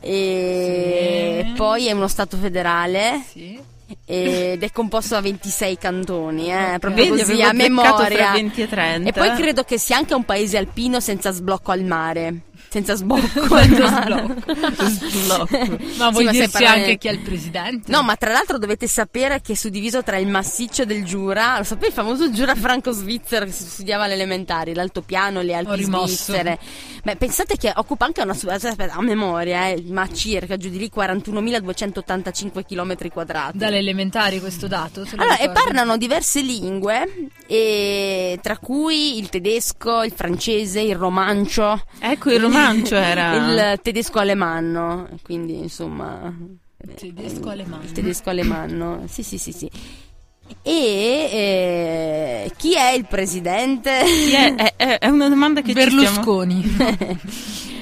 [SPEAKER 3] e
[SPEAKER 2] Sì.
[SPEAKER 3] poi è uno stato federale
[SPEAKER 2] Sì.
[SPEAKER 3] e- ed è composto da 26 cantoni, eh, proprio
[SPEAKER 5] Vedi, avevo
[SPEAKER 3] così a
[SPEAKER 5] beccato Fra
[SPEAKER 3] memoria.
[SPEAKER 5] 20 e 30.
[SPEAKER 3] E poi credo che sia anche un paese alpino senza sblocco al mare. Senza sbocco al
[SPEAKER 2] Quanto
[SPEAKER 3] mare.
[SPEAKER 2] sblocco.
[SPEAKER 5] Sblocco.
[SPEAKER 2] Ma
[SPEAKER 3] Sì,
[SPEAKER 2] vuoi
[SPEAKER 3] ma se
[SPEAKER 2] dirci
[SPEAKER 3] parlare-
[SPEAKER 2] anche chi è il presidente?
[SPEAKER 3] No, ma tra l'altro dovete sapere che è suddiviso tra il massiccio del Giura, lo sapete il famoso Giura franco-svizzero che si studiava alle elementari, l'altopiano, le
[SPEAKER 2] Ho
[SPEAKER 3] Alpi
[SPEAKER 2] rimosso.
[SPEAKER 3] svizzere. Beh, pensate che occupa anche una su- aspetta, a memoria, eh, ma circa giù di lì 41.285 km quadrati.
[SPEAKER 2] Dalle elementari questo dato? te lo
[SPEAKER 3] Allora, e
[SPEAKER 2] ricordi?
[SPEAKER 3] parlano diverse lingue, e tra cui il tedesco, il francese, il romancio,
[SPEAKER 5] Ecco, il romancio era.
[SPEAKER 3] il eh, tedesco alemanno, quindi insomma... Il
[SPEAKER 2] tedesco alemanno.
[SPEAKER 3] Il tedesco alemanno, sì sì sì sì. E eh, chi è il presidente?
[SPEAKER 5] Sì, è, è- è- è una domanda che ci
[SPEAKER 2] Berlusconi.
[SPEAKER 5] stiamo...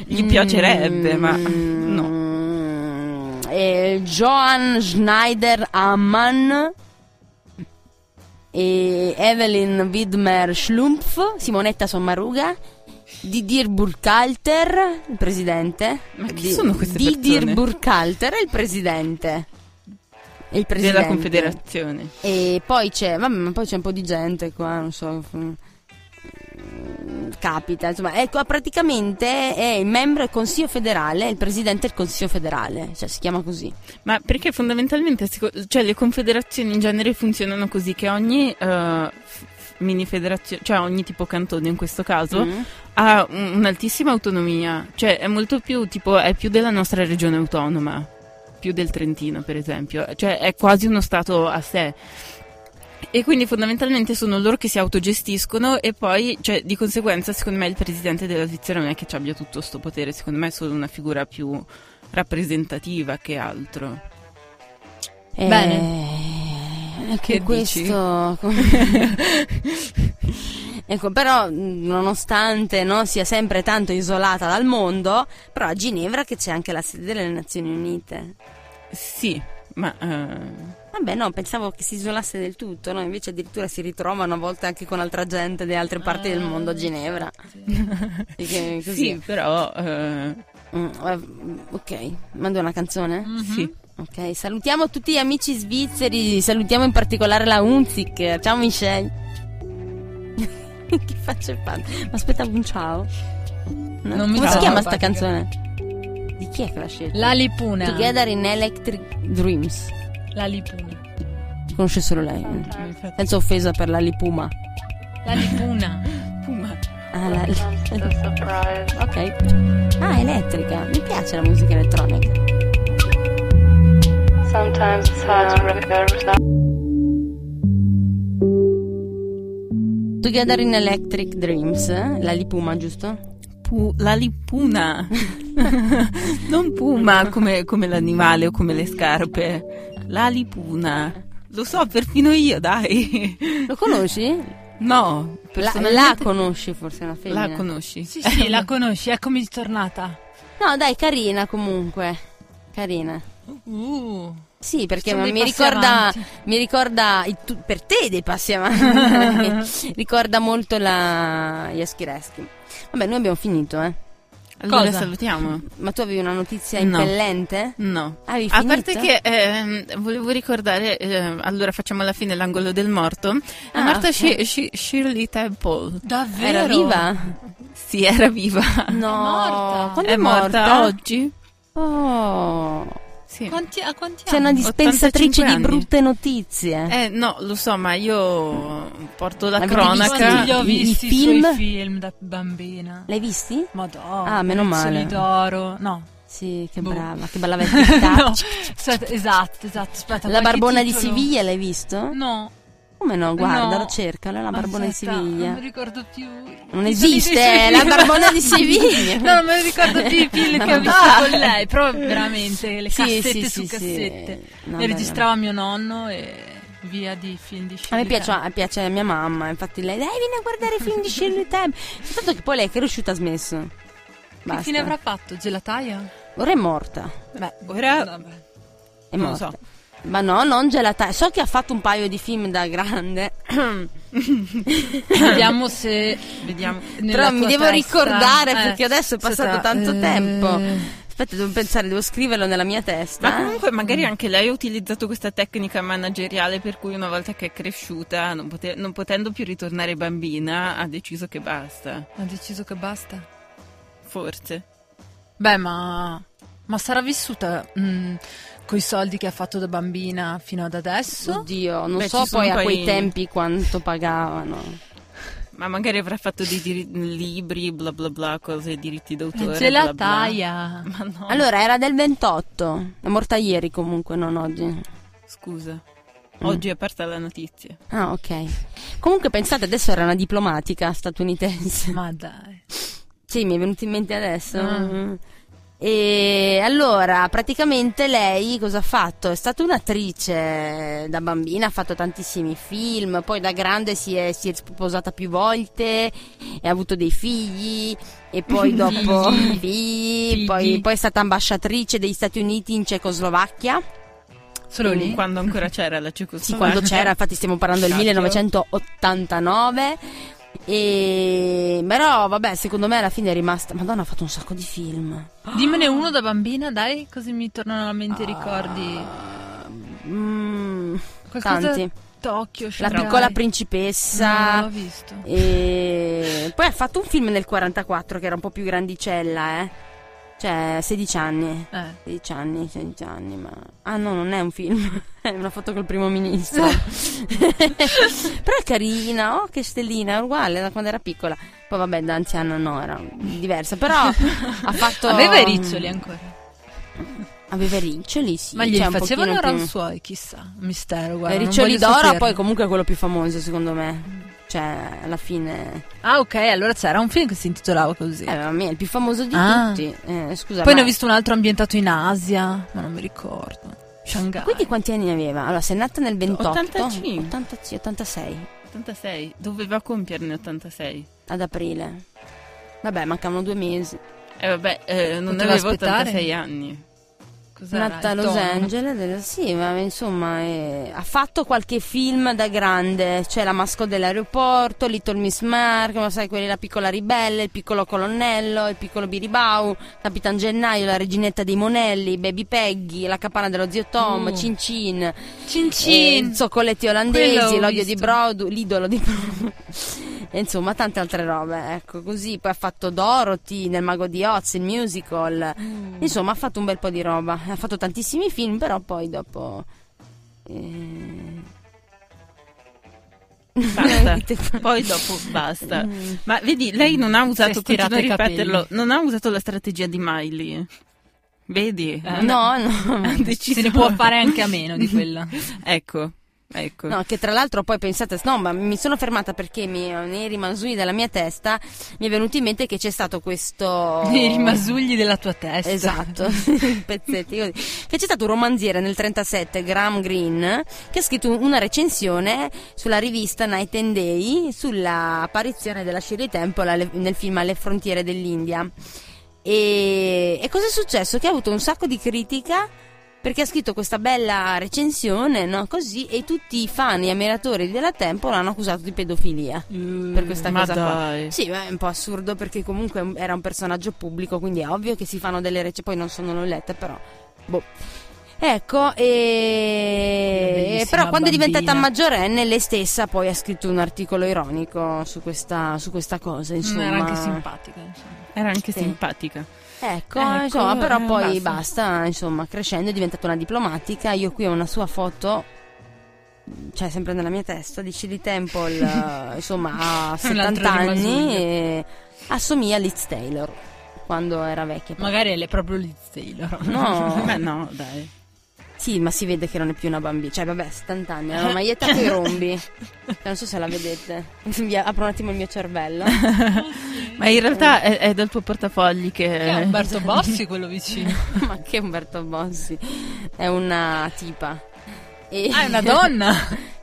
[SPEAKER 5] Gli piacerebbe, ma
[SPEAKER 3] Mm,
[SPEAKER 5] no.
[SPEAKER 3] eh, Johan Schneider Ammann e Evelyn Widmer Schlumpf, Simonetta Sommaruga, Didier Burkhalter, il presidente.
[SPEAKER 5] Ma chi sono queste
[SPEAKER 3] Didier
[SPEAKER 5] persone?
[SPEAKER 3] Burkhalter è il presidente. È il presidente.
[SPEAKER 5] Della Confederazione.
[SPEAKER 3] E poi c'è, vabbè, ma poi c'è un po' di gente qua, non so. f- mm, capita, insomma, ecco, praticamente è membro del Consiglio federale, è il presidente del Consiglio federale, cioè si chiama così.
[SPEAKER 5] Ma perché fondamentalmente seco- cioè, le confederazioni in genere funzionano così che ogni eh, f- f- mini federazione, cioè ogni tipo cantone in questo caso,
[SPEAKER 3] Mm.
[SPEAKER 5] ha un- un'altissima autonomia, cioè è molto più tipo è più della nostra regione autonoma, più del Trentino per esempio, cioè è quasi uno stato a sé. E quindi fondamentalmente sono loro che si autogestiscono e poi, cioè, di conseguenza, secondo me il presidente della Svizzera non è che ci abbia tutto sto potere, secondo me è solo una figura più rappresentativa che altro.
[SPEAKER 3] Eh, ecco,
[SPEAKER 4] Che
[SPEAKER 3] questo. ecco, però, mh, nonostante no, sia sempre tanto isolata dal mondo, però a Ginevra che c'è anche la sede delle Nazioni Unite.
[SPEAKER 5] Sì, ma eh,
[SPEAKER 3] Vabbè, no, pensavo che si isolasse del tutto, no? Invece addirittura si ritrovano a volte anche con altra gente di altre parti
[SPEAKER 4] Ah,
[SPEAKER 3] del mondo a Ginevra. E che- così.
[SPEAKER 5] sì, però eh,
[SPEAKER 3] Mm, eh, ok, mando una canzone?
[SPEAKER 4] Mm.
[SPEAKER 2] Mhm.
[SPEAKER 5] sì.
[SPEAKER 3] Ok, salutiamo tutti gli amici svizzeri, salutiamo in particolare la Unzic. Ciao Michelle. che faccio fatto? Ma aspetta un ciao. No?
[SPEAKER 4] Non mi
[SPEAKER 3] Come si
[SPEAKER 4] fa
[SPEAKER 3] chiama sta
[SPEAKER 4] simpatica.
[SPEAKER 3] canzone? Di chi è che l'ha scelta?
[SPEAKER 4] La Lipuna.
[SPEAKER 3] Together in Electric Dreams.
[SPEAKER 4] La Lipuna.
[SPEAKER 3] Conosce solo lei. Senza offesa per la Lipuma.
[SPEAKER 4] La Lipuna.
[SPEAKER 5] Puma.
[SPEAKER 3] Ah, la... ok. Ah, elettrica. Mi piace la musica elettronica.
[SPEAKER 8] Sometimes it's hard to uh, remember.
[SPEAKER 3] Together in Electric Dreams. eh? La Lipuma, giusto?
[SPEAKER 5] Pu- la lipuna. non puma come, come l'animale o come le scarpe. La lipuna. Lo so perfino io, dai.
[SPEAKER 3] Lo conosci?
[SPEAKER 5] No,
[SPEAKER 3] La, la
[SPEAKER 5] personalmente-
[SPEAKER 3] conosci forse è una femmina?
[SPEAKER 5] la conosci.
[SPEAKER 4] Sì, sì, la conosci, eccomi tornata.
[SPEAKER 3] No, dai, carina comunque. Carina.
[SPEAKER 4] Uh.
[SPEAKER 3] Sì, perché
[SPEAKER 4] Sono dei
[SPEAKER 3] mi
[SPEAKER 4] passi
[SPEAKER 3] ricorda,
[SPEAKER 4] avanti.
[SPEAKER 3] mi ricorda i tu- per te dei passi avanti. ricorda molto la Yaskireski. Vabbè, noi abbiamo finito, eh.
[SPEAKER 5] Allora
[SPEAKER 4] Cosa?
[SPEAKER 5] salutiamo.
[SPEAKER 3] Ma tu avevi una notizia
[SPEAKER 5] No.
[SPEAKER 3] impellente?
[SPEAKER 5] No.
[SPEAKER 3] Avevi
[SPEAKER 5] A
[SPEAKER 3] finito?
[SPEAKER 5] parte che ehm, volevo ricordare, ehm, allora facciamo alla fine l'angolo del morto. È
[SPEAKER 3] Ah,
[SPEAKER 5] morta
[SPEAKER 3] ok.
[SPEAKER 5] Shi- Shi- Shirley Temple.
[SPEAKER 4] Davvero?
[SPEAKER 3] era viva?
[SPEAKER 5] Sì, era viva.
[SPEAKER 3] No,
[SPEAKER 4] morta.
[SPEAKER 3] quando
[SPEAKER 5] è morta oggi?
[SPEAKER 3] Oh,
[SPEAKER 5] Sì.
[SPEAKER 4] Quanti, a quanti
[SPEAKER 3] c'è una
[SPEAKER 4] anni?
[SPEAKER 3] dispensatrice
[SPEAKER 5] 85
[SPEAKER 3] di
[SPEAKER 5] anni.
[SPEAKER 3] brutte notizie.
[SPEAKER 5] Eh no, lo so, ma io porto la
[SPEAKER 3] Avete
[SPEAKER 5] cronaca.
[SPEAKER 4] Quanti li ho
[SPEAKER 3] I- i
[SPEAKER 4] visti i
[SPEAKER 3] film?
[SPEAKER 4] suoi film da bambina?
[SPEAKER 3] L'hai visti?
[SPEAKER 4] Madonna.
[SPEAKER 3] Ah, meno male.
[SPEAKER 4] Soli d'oro. No.
[SPEAKER 3] Sì, che
[SPEAKER 4] Boh.
[SPEAKER 3] brava, che bella vecchia.
[SPEAKER 4] no. Aspetta, esatto, esatto. Aspetta,
[SPEAKER 3] Ah, La
[SPEAKER 4] qualche
[SPEAKER 3] barbona di
[SPEAKER 4] titolo.
[SPEAKER 3] Siviglia l'hai visto?
[SPEAKER 4] No.
[SPEAKER 3] Come no? Guardalo,
[SPEAKER 4] No.
[SPEAKER 3] cercalo, è la barbona
[SPEAKER 4] Aspetta,
[SPEAKER 3] di
[SPEAKER 4] Non
[SPEAKER 3] Siviglia.
[SPEAKER 4] mi ricordo più.
[SPEAKER 3] Non
[SPEAKER 4] I
[SPEAKER 3] esiste,
[SPEAKER 4] titoli dei
[SPEAKER 3] è
[SPEAKER 4] suoi
[SPEAKER 3] la
[SPEAKER 4] film.
[SPEAKER 3] barbona di Siviglia.
[SPEAKER 4] No, non me ne ricordo più i film che ho visto con lei, però veramente le cassette su cassette.
[SPEAKER 3] No,
[SPEAKER 4] ne
[SPEAKER 3] beh,
[SPEAKER 4] registrava mio nonno e via di film di
[SPEAKER 3] no. A me
[SPEAKER 4] Shirley
[SPEAKER 3] piace,
[SPEAKER 4] Temple.
[SPEAKER 3] a- piace a mia mamma, infatti lei, dai, vieni a guardare i film di Shirley Temple. Soltanto che poi lei che è riuscita ha smesso. Basta.
[SPEAKER 4] Che fine avrà fatto? Gelataia?
[SPEAKER 3] Ora è morta.
[SPEAKER 4] Beh,
[SPEAKER 5] ora-
[SPEAKER 4] vabbè.
[SPEAKER 3] È
[SPEAKER 5] Non lo
[SPEAKER 3] morta. Ma no, non gelata. So che ha fatto un paio di film da grande.
[SPEAKER 4] Vediamo se
[SPEAKER 5] Vediamo.
[SPEAKER 4] nella
[SPEAKER 3] Però mi
[SPEAKER 4] tua
[SPEAKER 3] devo
[SPEAKER 4] testa-
[SPEAKER 3] ricordare
[SPEAKER 4] eh,
[SPEAKER 3] perché adesso è passato
[SPEAKER 4] aspetta,
[SPEAKER 3] tanto
[SPEAKER 4] eh,
[SPEAKER 3] tempo. Aspetta, devo pensare, devo scriverlo nella mia testa.
[SPEAKER 5] Ma comunque magari anche lei ha utilizzato questa tecnica manageriale per cui una volta che è cresciuta, non, pote- non potendo più ritornare bambina, ha deciso che basta.
[SPEAKER 4] Ha deciso che basta.
[SPEAKER 5] Forse.
[SPEAKER 4] Beh, ma, ma sarà vissuta con i soldi che ha fatto da bambina fino ad adesso?
[SPEAKER 3] Oddio, non
[SPEAKER 5] Beh,
[SPEAKER 3] so
[SPEAKER 5] ci sono
[SPEAKER 3] poi a
[SPEAKER 5] poi-
[SPEAKER 3] quei tempi quanto pagavano.
[SPEAKER 5] Ma magari avrà fatto dei diri- libri, bla bla bla, cose, diritti d'autore. bla bla.
[SPEAKER 4] Gelataia.
[SPEAKER 5] Ma no,
[SPEAKER 3] Allora, era del 28. È morta ieri comunque, non oggi.
[SPEAKER 5] scusa. Oggi è aperta la notizia.
[SPEAKER 3] Ah, ok. Comunque pensate, adesso era una diplomatica statunitense.
[SPEAKER 4] Ma dai.
[SPEAKER 3] Sì, mi è venuto in mente adesso. Mm-hmm.
[SPEAKER 4] Ah.
[SPEAKER 3] E allora, praticamente lei cosa ha fatto? È stata un'attrice da bambina, ha fatto tantissimi film, poi da grande si è, si è sposata più volte, e ha avuto dei figli, e poi dopo figli, Poi, poi è stata ambasciatrice degli Stati Uniti in Cecoslovacchia,
[SPEAKER 4] Solo lì?
[SPEAKER 5] Quando ancora c'era la
[SPEAKER 3] sì,
[SPEAKER 5] Cecoslovacchia.
[SPEAKER 3] quando c'era, infatti stiamo parlando del
[SPEAKER 5] Cacchio.
[SPEAKER 3] 1989. E però vabbè, secondo me alla fine è rimasta. Madonna, ha fatto un sacco di film.
[SPEAKER 4] Dimmene uno da bambina, dai, così mi tornano alla mente
[SPEAKER 3] Ah,
[SPEAKER 4] i ricordi.
[SPEAKER 3] Mm,
[SPEAKER 4] Qualcosa-
[SPEAKER 3] tanti.
[SPEAKER 4] Tokyo,
[SPEAKER 3] La
[SPEAKER 4] Shanghai.
[SPEAKER 3] piccola
[SPEAKER 4] No,
[SPEAKER 3] principessa.
[SPEAKER 4] l'ho visto.
[SPEAKER 3] E sì. Poi ha fatto un film nel 44 che era un po' più grandicella, eh. Cioè, 16 anni.
[SPEAKER 4] Eh.
[SPEAKER 3] 16 anni, 16 anni, ma... Ah no, non è un film, è una foto col primo ministro. Però è carina, oh che stellina, è uguale da quando era piccola. Poi vabbè, da anziana no, era diversa, però ha fatto...
[SPEAKER 4] Aveva i riccioli ancora.
[SPEAKER 3] Aveva i riccioli, sì.
[SPEAKER 4] Ma gli
[SPEAKER 3] cioè, un
[SPEAKER 4] facevano
[SPEAKER 3] pochino più-
[SPEAKER 4] ransuoi, chissà. Mistero, guarda.
[SPEAKER 3] Eh,
[SPEAKER 4] non
[SPEAKER 3] Riccioli
[SPEAKER 4] voglio
[SPEAKER 3] d'oro
[SPEAKER 4] saperlo.
[SPEAKER 3] poi comunque è quello più famoso secondo me. Cioè, alla fine...
[SPEAKER 4] Ah, ok, allora c'era un film che si intitolava così.
[SPEAKER 3] Eh, mamma mia, è il più famoso di
[SPEAKER 4] Ah.
[SPEAKER 3] tutti. Eh, scusa.
[SPEAKER 4] Poi
[SPEAKER 3] ma-
[SPEAKER 4] ne ho visto un altro ambientato in Asia, ma non mi ricordo. Shanghai.
[SPEAKER 3] Quindi quanti anni ne aveva? Allora, sei nata nel 28.
[SPEAKER 5] 85.
[SPEAKER 3] 86, 86
[SPEAKER 5] 86, doveva compierne 86.
[SPEAKER 3] ad aprile. Vabbè, mancavano due mesi.
[SPEAKER 5] E vabbè, eh, non
[SPEAKER 4] Poteva
[SPEAKER 5] avevo
[SPEAKER 4] aspettare?
[SPEAKER 5] 86 anni.
[SPEAKER 4] Cos'era?
[SPEAKER 3] Nata a
[SPEAKER 4] Il
[SPEAKER 3] Los
[SPEAKER 4] tono?
[SPEAKER 3] Angeles. del- Sì, ma insomma, eh, ha fatto qualche film da grande. C'è La Mascotte dell'aeroporto, Little Miss Mark, ma sai, quelli La piccola ribelle, Il piccolo colonnello, Il piccolo biribau, Capitan Gennaio, La reginetta dei monelli, Baby Peggy, La capanna dello zio Tom,
[SPEAKER 4] Uh.
[SPEAKER 3] Cin Cin.
[SPEAKER 4] Cin
[SPEAKER 3] Eh,
[SPEAKER 4] Cin.
[SPEAKER 3] zoccoletti
[SPEAKER 4] Quello
[SPEAKER 3] olandesi,
[SPEAKER 4] ho
[SPEAKER 3] l'odio di
[SPEAKER 4] visto.
[SPEAKER 3] Brodu, l'idolo di Brodu. E Insomma, tante altre robe, ecco, così poi ha fatto Dorothy nel Mago di Oz, il musical.
[SPEAKER 4] Mm.
[SPEAKER 3] Insomma, ha fatto un bel po' di roba. Ha fatto tantissimi film, però poi dopo eh,
[SPEAKER 5] Basta. Poi dopo basta.
[SPEAKER 3] Mm.
[SPEAKER 5] Ma vedi, lei non ha usato,
[SPEAKER 4] Si è
[SPEAKER 5] continuo a
[SPEAKER 4] stirata i
[SPEAKER 5] ripeterlo, non ha usato la strategia di Miley. Vedi?
[SPEAKER 3] No, no.
[SPEAKER 5] Ha deciso.
[SPEAKER 4] Se ne può fare anche a meno di quella.
[SPEAKER 5] Ecco, ecco.
[SPEAKER 3] No, che tra l'altro poi pensate, no, ma mi sono fermata perché mi ne rimasui dalla mia testa, mi è venuto in mente che c'è stato questo
[SPEAKER 4] I rimasugli della tua testa.
[SPEAKER 3] Esatto, pezzetti così. Che c'è stato un romanziere nel 37, Graham Greene, che ha scritto una recensione sulla rivista Night and Day sulla apparizione della Shirley Temple alle- nel film Alle frontiere dell'India. E, e cosa è successo? Che ha avuto un sacco di critica perché ha scritto questa bella recensione, no? Così, e tutti i fan e ammiratori della Temple l'hanno accusato di pedofilia per questa
[SPEAKER 5] Ma
[SPEAKER 3] cosa
[SPEAKER 5] dai.
[SPEAKER 3] qua. Sì, ma è un po' assurdo perché comunque è un- era un personaggio pubblico, quindi è ovvio che si fanno delle rece, poi non sono le lette, però boh. Ecco,
[SPEAKER 4] Una
[SPEAKER 3] e...
[SPEAKER 4] bellissima
[SPEAKER 3] però quando è diventata
[SPEAKER 4] bambina.
[SPEAKER 3] maggiorenne lei stessa poi ha scritto un articolo ironico su questa, su questa cosa,
[SPEAKER 4] Non
[SPEAKER 3] insomma.
[SPEAKER 4] era anche simpatica. insomma.
[SPEAKER 5] Era anche
[SPEAKER 3] Sì.
[SPEAKER 5] simpatica.
[SPEAKER 3] Ecco,
[SPEAKER 5] Ecco,
[SPEAKER 3] insomma, però
[SPEAKER 5] eh,
[SPEAKER 3] poi
[SPEAKER 5] basta.
[SPEAKER 3] basta, insomma, crescendo è diventata una diplomatica, io qui ho una sua foto, cioè sempre nella mia testa, di Shirley Temple, eh, insomma, a 70
[SPEAKER 4] rimasuglio.
[SPEAKER 3] anni, e assomiglia a Liz Taylor, quando era vecchia.
[SPEAKER 4] Magari è proprio Liz Taylor.
[SPEAKER 5] Beh,
[SPEAKER 3] No,
[SPEAKER 5] no, dai.
[SPEAKER 3] sì, ma si vede che non è più una bambina, cioè vabbè, 70 anni, ha una maglietta con i rombi, Cioè, non so se la vedete, Vi apro un attimo il mio cervello.
[SPEAKER 5] Ma in realtà è, è dal tuo portafogli
[SPEAKER 4] Che è
[SPEAKER 5] che...
[SPEAKER 4] Umberto Bossi quello vicino.
[SPEAKER 3] Ma che Umberto Bossi? È una tipa. E-
[SPEAKER 4] Ah, è una donna.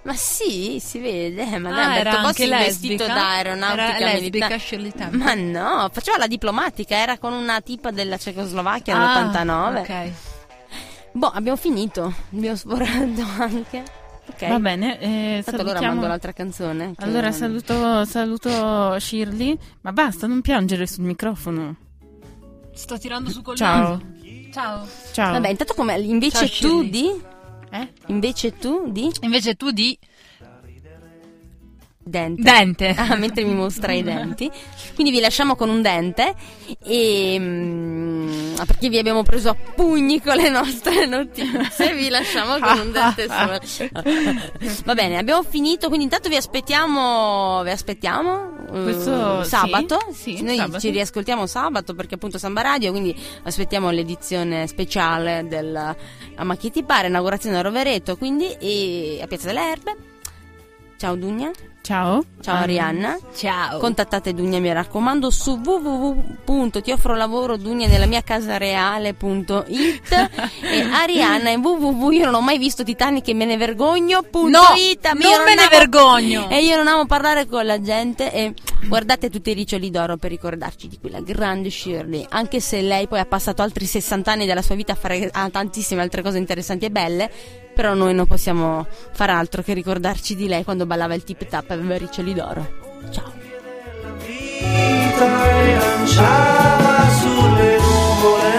[SPEAKER 3] Ma sì, si vede. eh, Ma
[SPEAKER 4] Ah,
[SPEAKER 3] dai,
[SPEAKER 4] era
[SPEAKER 3] Umberto Bossi
[SPEAKER 4] anche
[SPEAKER 3] è
[SPEAKER 4] lesbica.
[SPEAKER 3] vestito da aeronautica
[SPEAKER 4] Era lesbica
[SPEAKER 3] militare.
[SPEAKER 4] Shirley Temple.
[SPEAKER 3] Ma no, faceva la diplomatica, era con una tipa della Cecoslovacchia
[SPEAKER 4] Ah,
[SPEAKER 3] nell'89.
[SPEAKER 4] ok.
[SPEAKER 3] Boh, abbiamo finito. Abbiamo sforato anche. Ok.
[SPEAKER 5] Va bene, eh,
[SPEAKER 3] Tanto allora
[SPEAKER 5] salutiamo-
[SPEAKER 3] mando l'altra canzone. che-
[SPEAKER 5] Allora saluto, saluto Shirley, ma basta, non piangere sul microfono.
[SPEAKER 4] Sto tirando su col
[SPEAKER 5] Ciao,
[SPEAKER 4] naso. Ciao.
[SPEAKER 5] ciao.
[SPEAKER 3] Vabbè, intanto come invece
[SPEAKER 4] Ciao,
[SPEAKER 3] tu
[SPEAKER 4] Shirley.
[SPEAKER 3] di
[SPEAKER 5] Eh?
[SPEAKER 3] invece tu di
[SPEAKER 4] Invece tu di
[SPEAKER 3] dente.
[SPEAKER 4] dente.
[SPEAKER 3] Ah, mentre mi mostra i denti. Quindi vi lasciamo con un dente e mm, ah, perché vi abbiamo preso a pugni con le nostre notizie, vi lasciamo con un dente solo. Va bene, abbiamo finito, quindi intanto vi aspettiamo, vi aspettiamo eh,
[SPEAKER 5] Questo- sì,
[SPEAKER 3] sabato.
[SPEAKER 5] sì,
[SPEAKER 3] Noi
[SPEAKER 5] sabato.
[SPEAKER 3] ci riascoltiamo sabato perché appunto Samba Radio, quindi aspettiamo l'edizione speciale del a Ma chi ti pare, inaugurazione a Rovereto, quindi e a Piazza delle Erbe. Ciao Dugna,
[SPEAKER 5] Ciao.
[SPEAKER 3] ciao Arianna.
[SPEAKER 4] Ciao.
[SPEAKER 3] Contattate Dunia, mi raccomando, su www.tiofrolavoro.dunianellamiacasareale.it e Arianna in www, io non ho mai visto Titanic e me ne vergogno. punto
[SPEAKER 4] No,
[SPEAKER 3] it. Io
[SPEAKER 4] non me ne
[SPEAKER 3] amo-
[SPEAKER 4] vergogno.
[SPEAKER 3] E io non amo parlare con la gente e guardate tutti i riccioli d'oro per ricordarci di quella grande Shirley, anche se lei poi ha passato altri 60 anni della sua vita a fare a tantissime altre cose interessanti e belle. Però noi non possiamo far altro che ricordarci di lei quando ballava il tip tap e aveva i riccioli d'oro. Ciao.